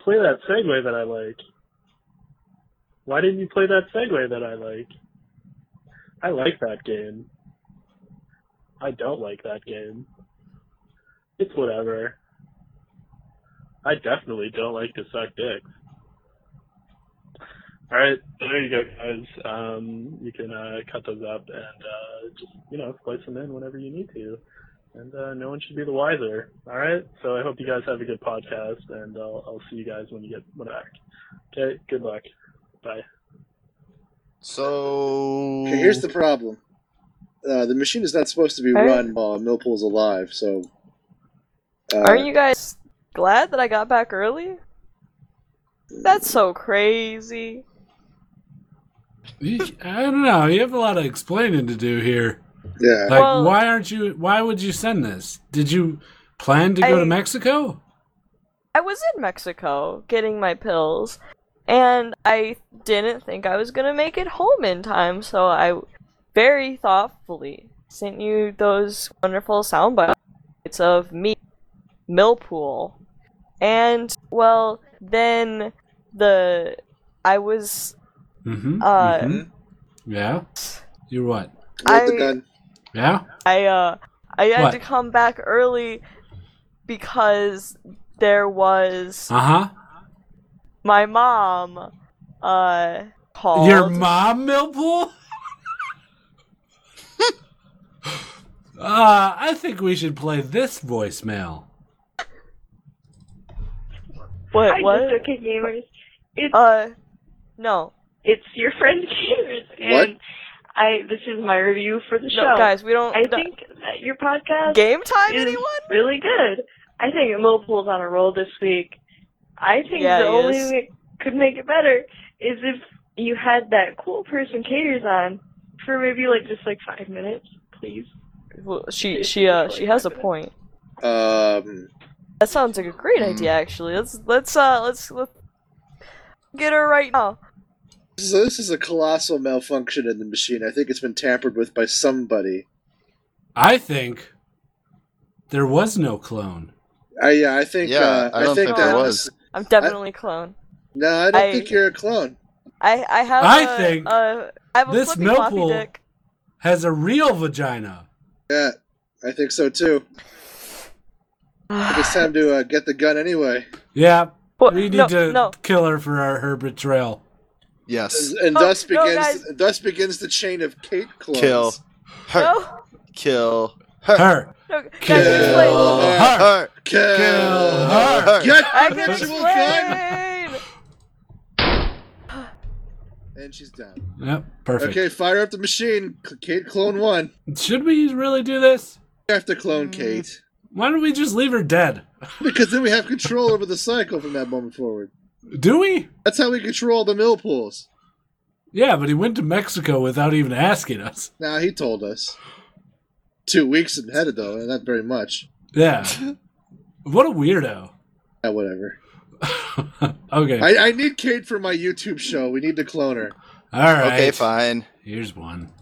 Play that segue that I like. Why didn't you play that segue that I like? I like that game. I don't like that game. It's whatever. I definitely don't like to suck dicks. All right, so there you go, guys. Um, you can uh, cut those up and uh, just you know splice them in whenever you need to, and uh, no one should be the wiser. All right, so I hope you guys have a good podcast, and I'll, I'll see you guys when you get when back. Okay, good luck. Bye.
So
okay, here's the problem. Uh, the machine is not supposed to be
Are-
run while Millpool's alive, so. Uh,
Are you guys glad that I got back early? That's so crazy.
You- I don't know. You have a lot of explaining to do here.
Yeah.
Like,
Well-
why aren't you? Why would you send this? Did you plan to go to
I-
Mexico?
I was in Mexico getting my pills, and I didn't think I was gonna make it home in time, so I very thoughtfully sent you those wonderful sound bites of me, Millpool, and well, then the I was
Mm-hmm.
Uh,
Yeah. You're what?
Load the
I-
gun.
Yeah.
I uh I had
What?
to come back early because there was
Uh huh.
my mom uh called
Your mom, Millpool? [laughs] uh, I think we should play this voicemail.
What?
Hi,
what?
just okay gamers. It's
Uh, no,
it's your friend gamers,
What?
and I this is my review for the
no,
show.
guys, we don't.
I
no-
think that your podcast
game time.
is
Anyone?
really good. I think Mobile's on a roll this week. I think
Yeah,
the
it
only
is.
way it could make it better is if you had that cool person caters on for maybe like just like five minutes, please.
Well, she she uh she has a point.
Um,
That sounds like a
Hmm.
great idea, actually. Let's let's uh let's let's get her right now.
This is, a, this is a colossal malfunction in the machine. I think it's been tampered with by somebody.
I think there was no clone.
I yeah, I think. uh, I, think, that was.
I'm definitely a clone.
No, I don't
I-
think you're a clone.
I I have.
I
a-
think
a- I have a
this
flippy floppy
Millpool-
dick.
Has a real vagina.
Yeah, I think so too. I think it's time to uh, get the gun anyway.
Yeah. we need
no,
to
no.
kill her for our, her betrayal.
Yes.
And
Oh, no,
thus begins
guys.
thus begins the chain of Kate clones.
Kill her.
No.
Kill her.
Her.
No, guys,
Kill
explain.
her. her.
Kill
her.
Get
I
the
can
ritual gun.
explain.
And she's down.
Yep. Perfect.
Okay, fire up the machine. C- Kate clone one.
Should we really do this?
We have to clone
Mm.
Kate
Why don't we just leave her dead?
because then we have control over the cycle from that moment forward.
Do we?
That's how we control the mill pools.
Yeah, but he went to Mexico without even asking us.
Now he told us two weeks ahead of though, and not very much. [laughs]
Yeah. what a weirdo.
Yeah, whatever.
Okay.
I, I need Kate for my YouTube show. We need to clone her.
All right.
Okay, fine.
Here's one.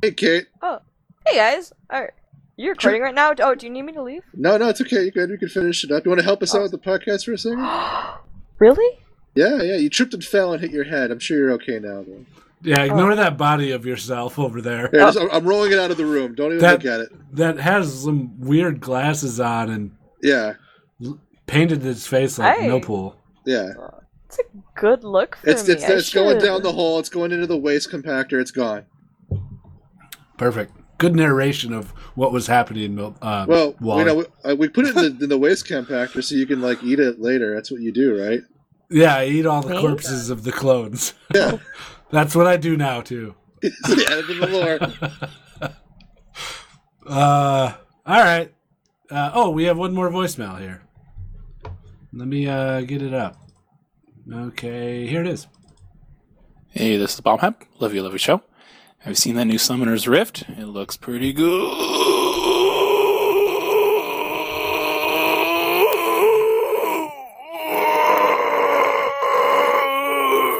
Hey, Kate.
Oh, hey guys. All right, you're recording right now. Oh, do you need me to leave?
No, no, it's okay. You good? We can finish it up. You want to help us out with the podcast for a second?
Really?
Yeah, yeah. You tripped and fell and hit your head. I'm sure you're okay now. Though.
Yeah, ignore that body of yourself over there.
Here, just- I'm- I'm rolling it out of the room. Don't even
That-
look at it.
That has some weird glasses on and
Yeah,
painted his face like
Hey.
Millpool.
yeah.
It's a good look for
It's
me.
it's,
I
it's going
should-
down the hole. It's going into the waste compactor. It's gone.
Perfect. Good narration of what was happening in Mil- uh,
Well, we
Wall-E.
know we, uh, we put it in the, in the waste compactor so you can like eat it later. That's what you do, right? [laughs]
Yeah, I eat all the
Me?
corpses of the clones.
Yeah.
[laughs] That's what I do now too.
It's the end of the lore.
Uh, all right. Uh, oh, we have one more voicemail here. Let me uh, get it up. Okay, here it is.
Hey, this is Bob Hep. Love you, love your show. Have you seen that new Summoner's Rift? It looks pretty good.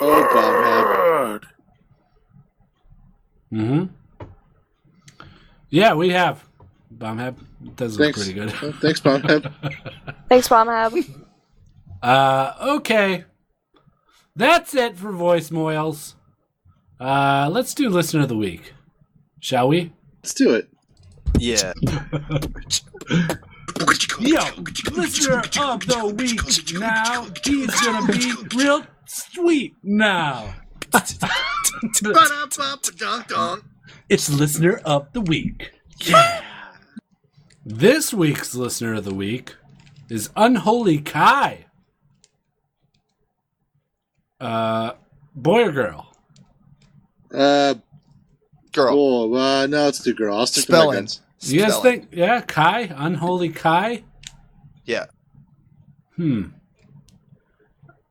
Oh, Bobhead.
Mm-hmm. Yeah, we have. Bombhab does look
Thanks.
pretty good.
Oh, Thanks, Bobhead.
Thanks, Mom. Hab.
Uh, okay. That's it for voicemails. Uh, let's do listener of the week, shall we?
Let's do it.
Yeah.
Yo, listener of the week now. He's gonna be real sweet now. it's listener of the week. Yeah. This week's listener of the week is Unholy Kai. Uh, boy or girl?
Uh,
Girl.
oh, uh, no, let's do girl. I'll stick to my
Spelling.
guns.
You guys
Spelling.
think? Yeah, Kai, Unholy Kai.
Yeah.
Hmm.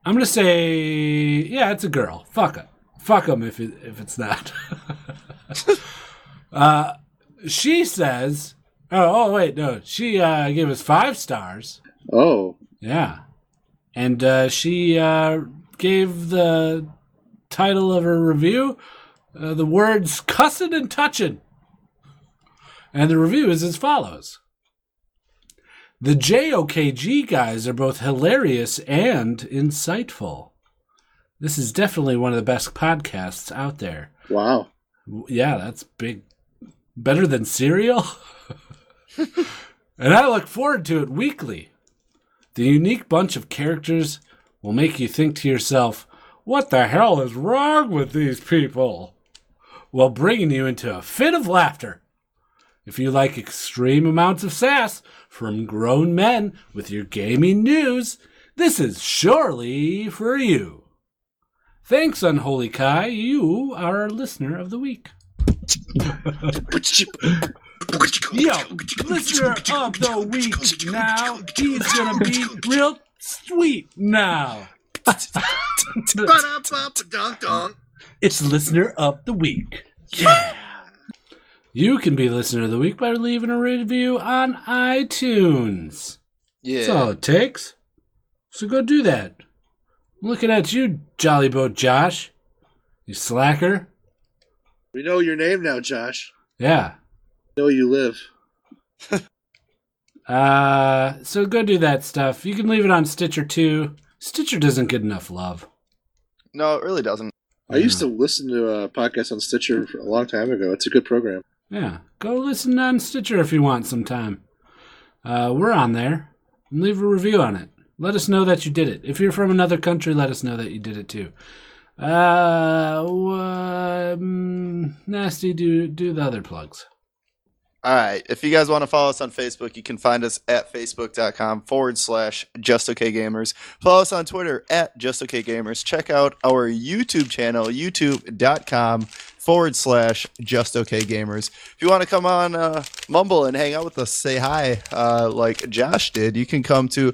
I'm gonna say yeah, it's a girl. Fuck it. Fuck them if it, if it's not. [laughs] uh, she says. Oh, oh wait, no. She uh, gave us five stars.
Oh,
Yeah, and uh, she uh, gave the title of her review uh, the words "cussing and touching," and the review is as follows. The JOKG guys are both hilarious and insightful. This is definitely one of the best podcasts out there.
wow.
W- Yeah, that's big. Better than cereal? and I look forward to it weekly. The unique bunch of characters will make you think to yourself, what the hell is wrong with these people? While bringing you into a fit of laughter. If you like extreme amounts of sass from grown men with your gaming news, this is surely for you. Thanks, Unholy Kai. You are our listener of the week. Yo, listener of the week now. He's gonna be real sweet now. it's listener of the week. Yeah. You can be listener of the week by leaving a review on iTunes.
Yeah.
That's all it takes. So go do that. I'm looking at you, Jolly Boat Josh. You slacker.
We know your name now, Josh.
Yeah.
Know where you live.
Uh, so go do that stuff. You can leave it on Stitcher too. Stitcher doesn't get enough love.
No, it really doesn't.
I used to listen to a podcast on Stitcher a long time ago. It's a good program.
Yeah. Go listen on Stitcher if you want sometime. Uh, we're on there. And leave a review on it. Let us know that you did it. If you're from another country, let us know that you did it too. Uh, wha- mm, nasty. Do do the other plugs.
All right. If you guys want to follow us on Facebook, you can find us at facebook.com forward slash just okay gamers. Follow us on Twitter at just okay gamers. Check out our YouTube channel, youtube.com forward slash just okay gamers. If you want to come on uh, Mumble and hang out with us, say hi uh, like Josh did, you can come to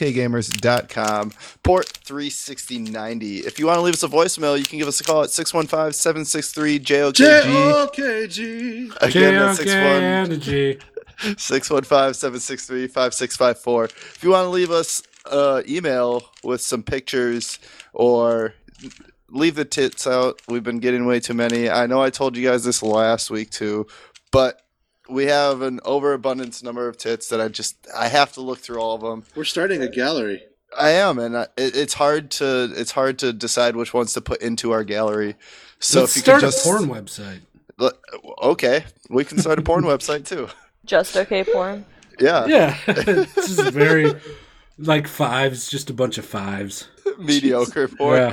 mumble.justokgamers.com port 36090 if you want to leave us a voicemail you can give us a call at 615-763-JOKG
J-O-K-G.
Again, that's
JOK
61.
Energy.
615-763-5654 if you want to leave us uh, email with some pictures or leave the tits out we've been getting way too many i know i told you guys this last week too but we have an overabundance number of tits that i just i have to look through all of them
We're starting a gallery.
i am and I, it, it's hard to it's hard to decide which ones to put into our gallery so
Let's
if you
start
could just
a porn website.
Look, okay, we can start a porn website too.
Just okay porn.
Yeah.
[laughs] Yeah, it's just very like fives, just a bunch of fives.
Mediocre porn.
Yeah.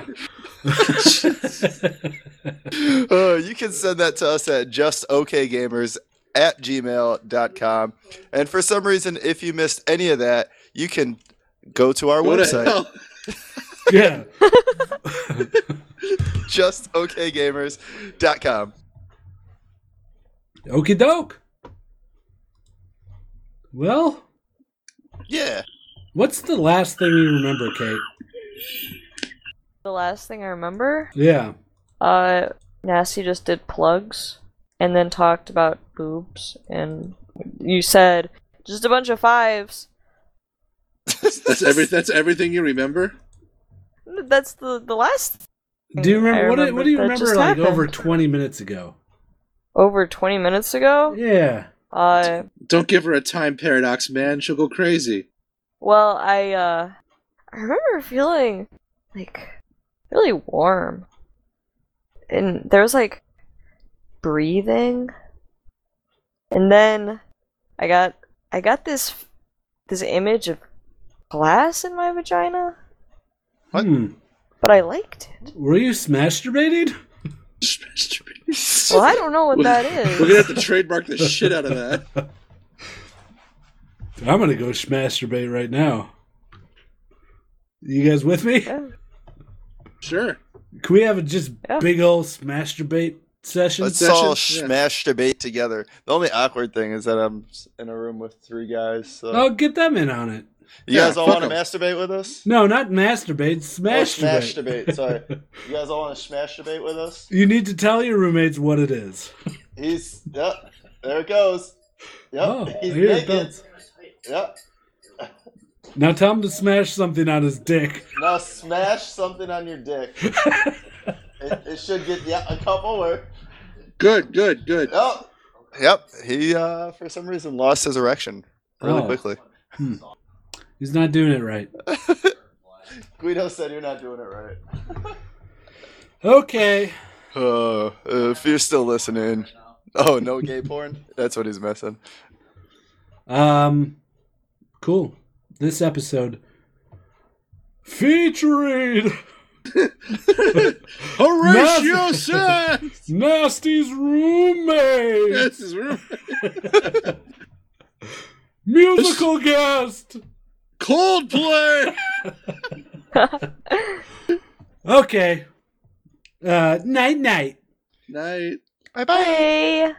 Uh, you can send that to us at justokgamers at gmail.com. And for some reason, if you missed any of that, you can go to our
Go to
website, [laughs]
hell.
Yeah.
justokgamers.com.
Okie doke. Well,
Yeah.
what's the last thing you remember, Kate?
The last thing I remember,
Yeah.
uh, Nasty just did plugs and then talked about boobs, and you said just a bunch of fives.
That's every. That's everything you remember.
That's the the last
Do you
I
remember, what, do- what do you
remembered that
remember
just
like over
happened.
20 minutes ago?
over 20 minutes ago.
Yeah.
Uh,
Don't give her a time paradox, man. She'll go crazy.
well, I uh, I remember feeling like really warm, and there was like breathing, and then I got I got this this image of glass in my vagina,
Hmm.
but I liked it.
Were you masturbated?
Well, I don't know [laughs] what that
We're gonna
is.
have to trademark the shit out of that.
I'm gonna go masturbate right now. You guys with me?
Sure.
Can we have a just big old masturbate session?
Let's all smash debate together. The only awkward thing is that I'm s- in a room with three guys. So.
Oh, get them in on it.
you guys all want to masturbate with us?
No, not masturbate.
Oh,
Smash
smash debate. Sorry. You guys all want to smash debate with us?
[laughs] You need to tell your roommates what it is.
He's yep. There it goes. Yep.
Oh,
he's
I hear it
naked.
bounce.
Yep.
Now tell him to smash something on his dick.
Now smash something on
[laughs]
your dick. it, it should get yeah a couple more.
Good, good, good.
Yep. Yep. He uh for some reason lost his erection really
Oh.
quickly.
Hmm. He's not doing it right.
[laughs] Guido said you're not doing it right. [laughs]
Okay.
Uh, if you're still listening. Oh, no gay porn? [laughs] That's what he's missing.
Um, cool. This episode featuring
Horatio
Nas-
Sands.
Nasty's roommate,
That's his room.
musical guest. [laughs]
Coldplay.
Okay. Uh, night night.
Night.
Bye
Bye.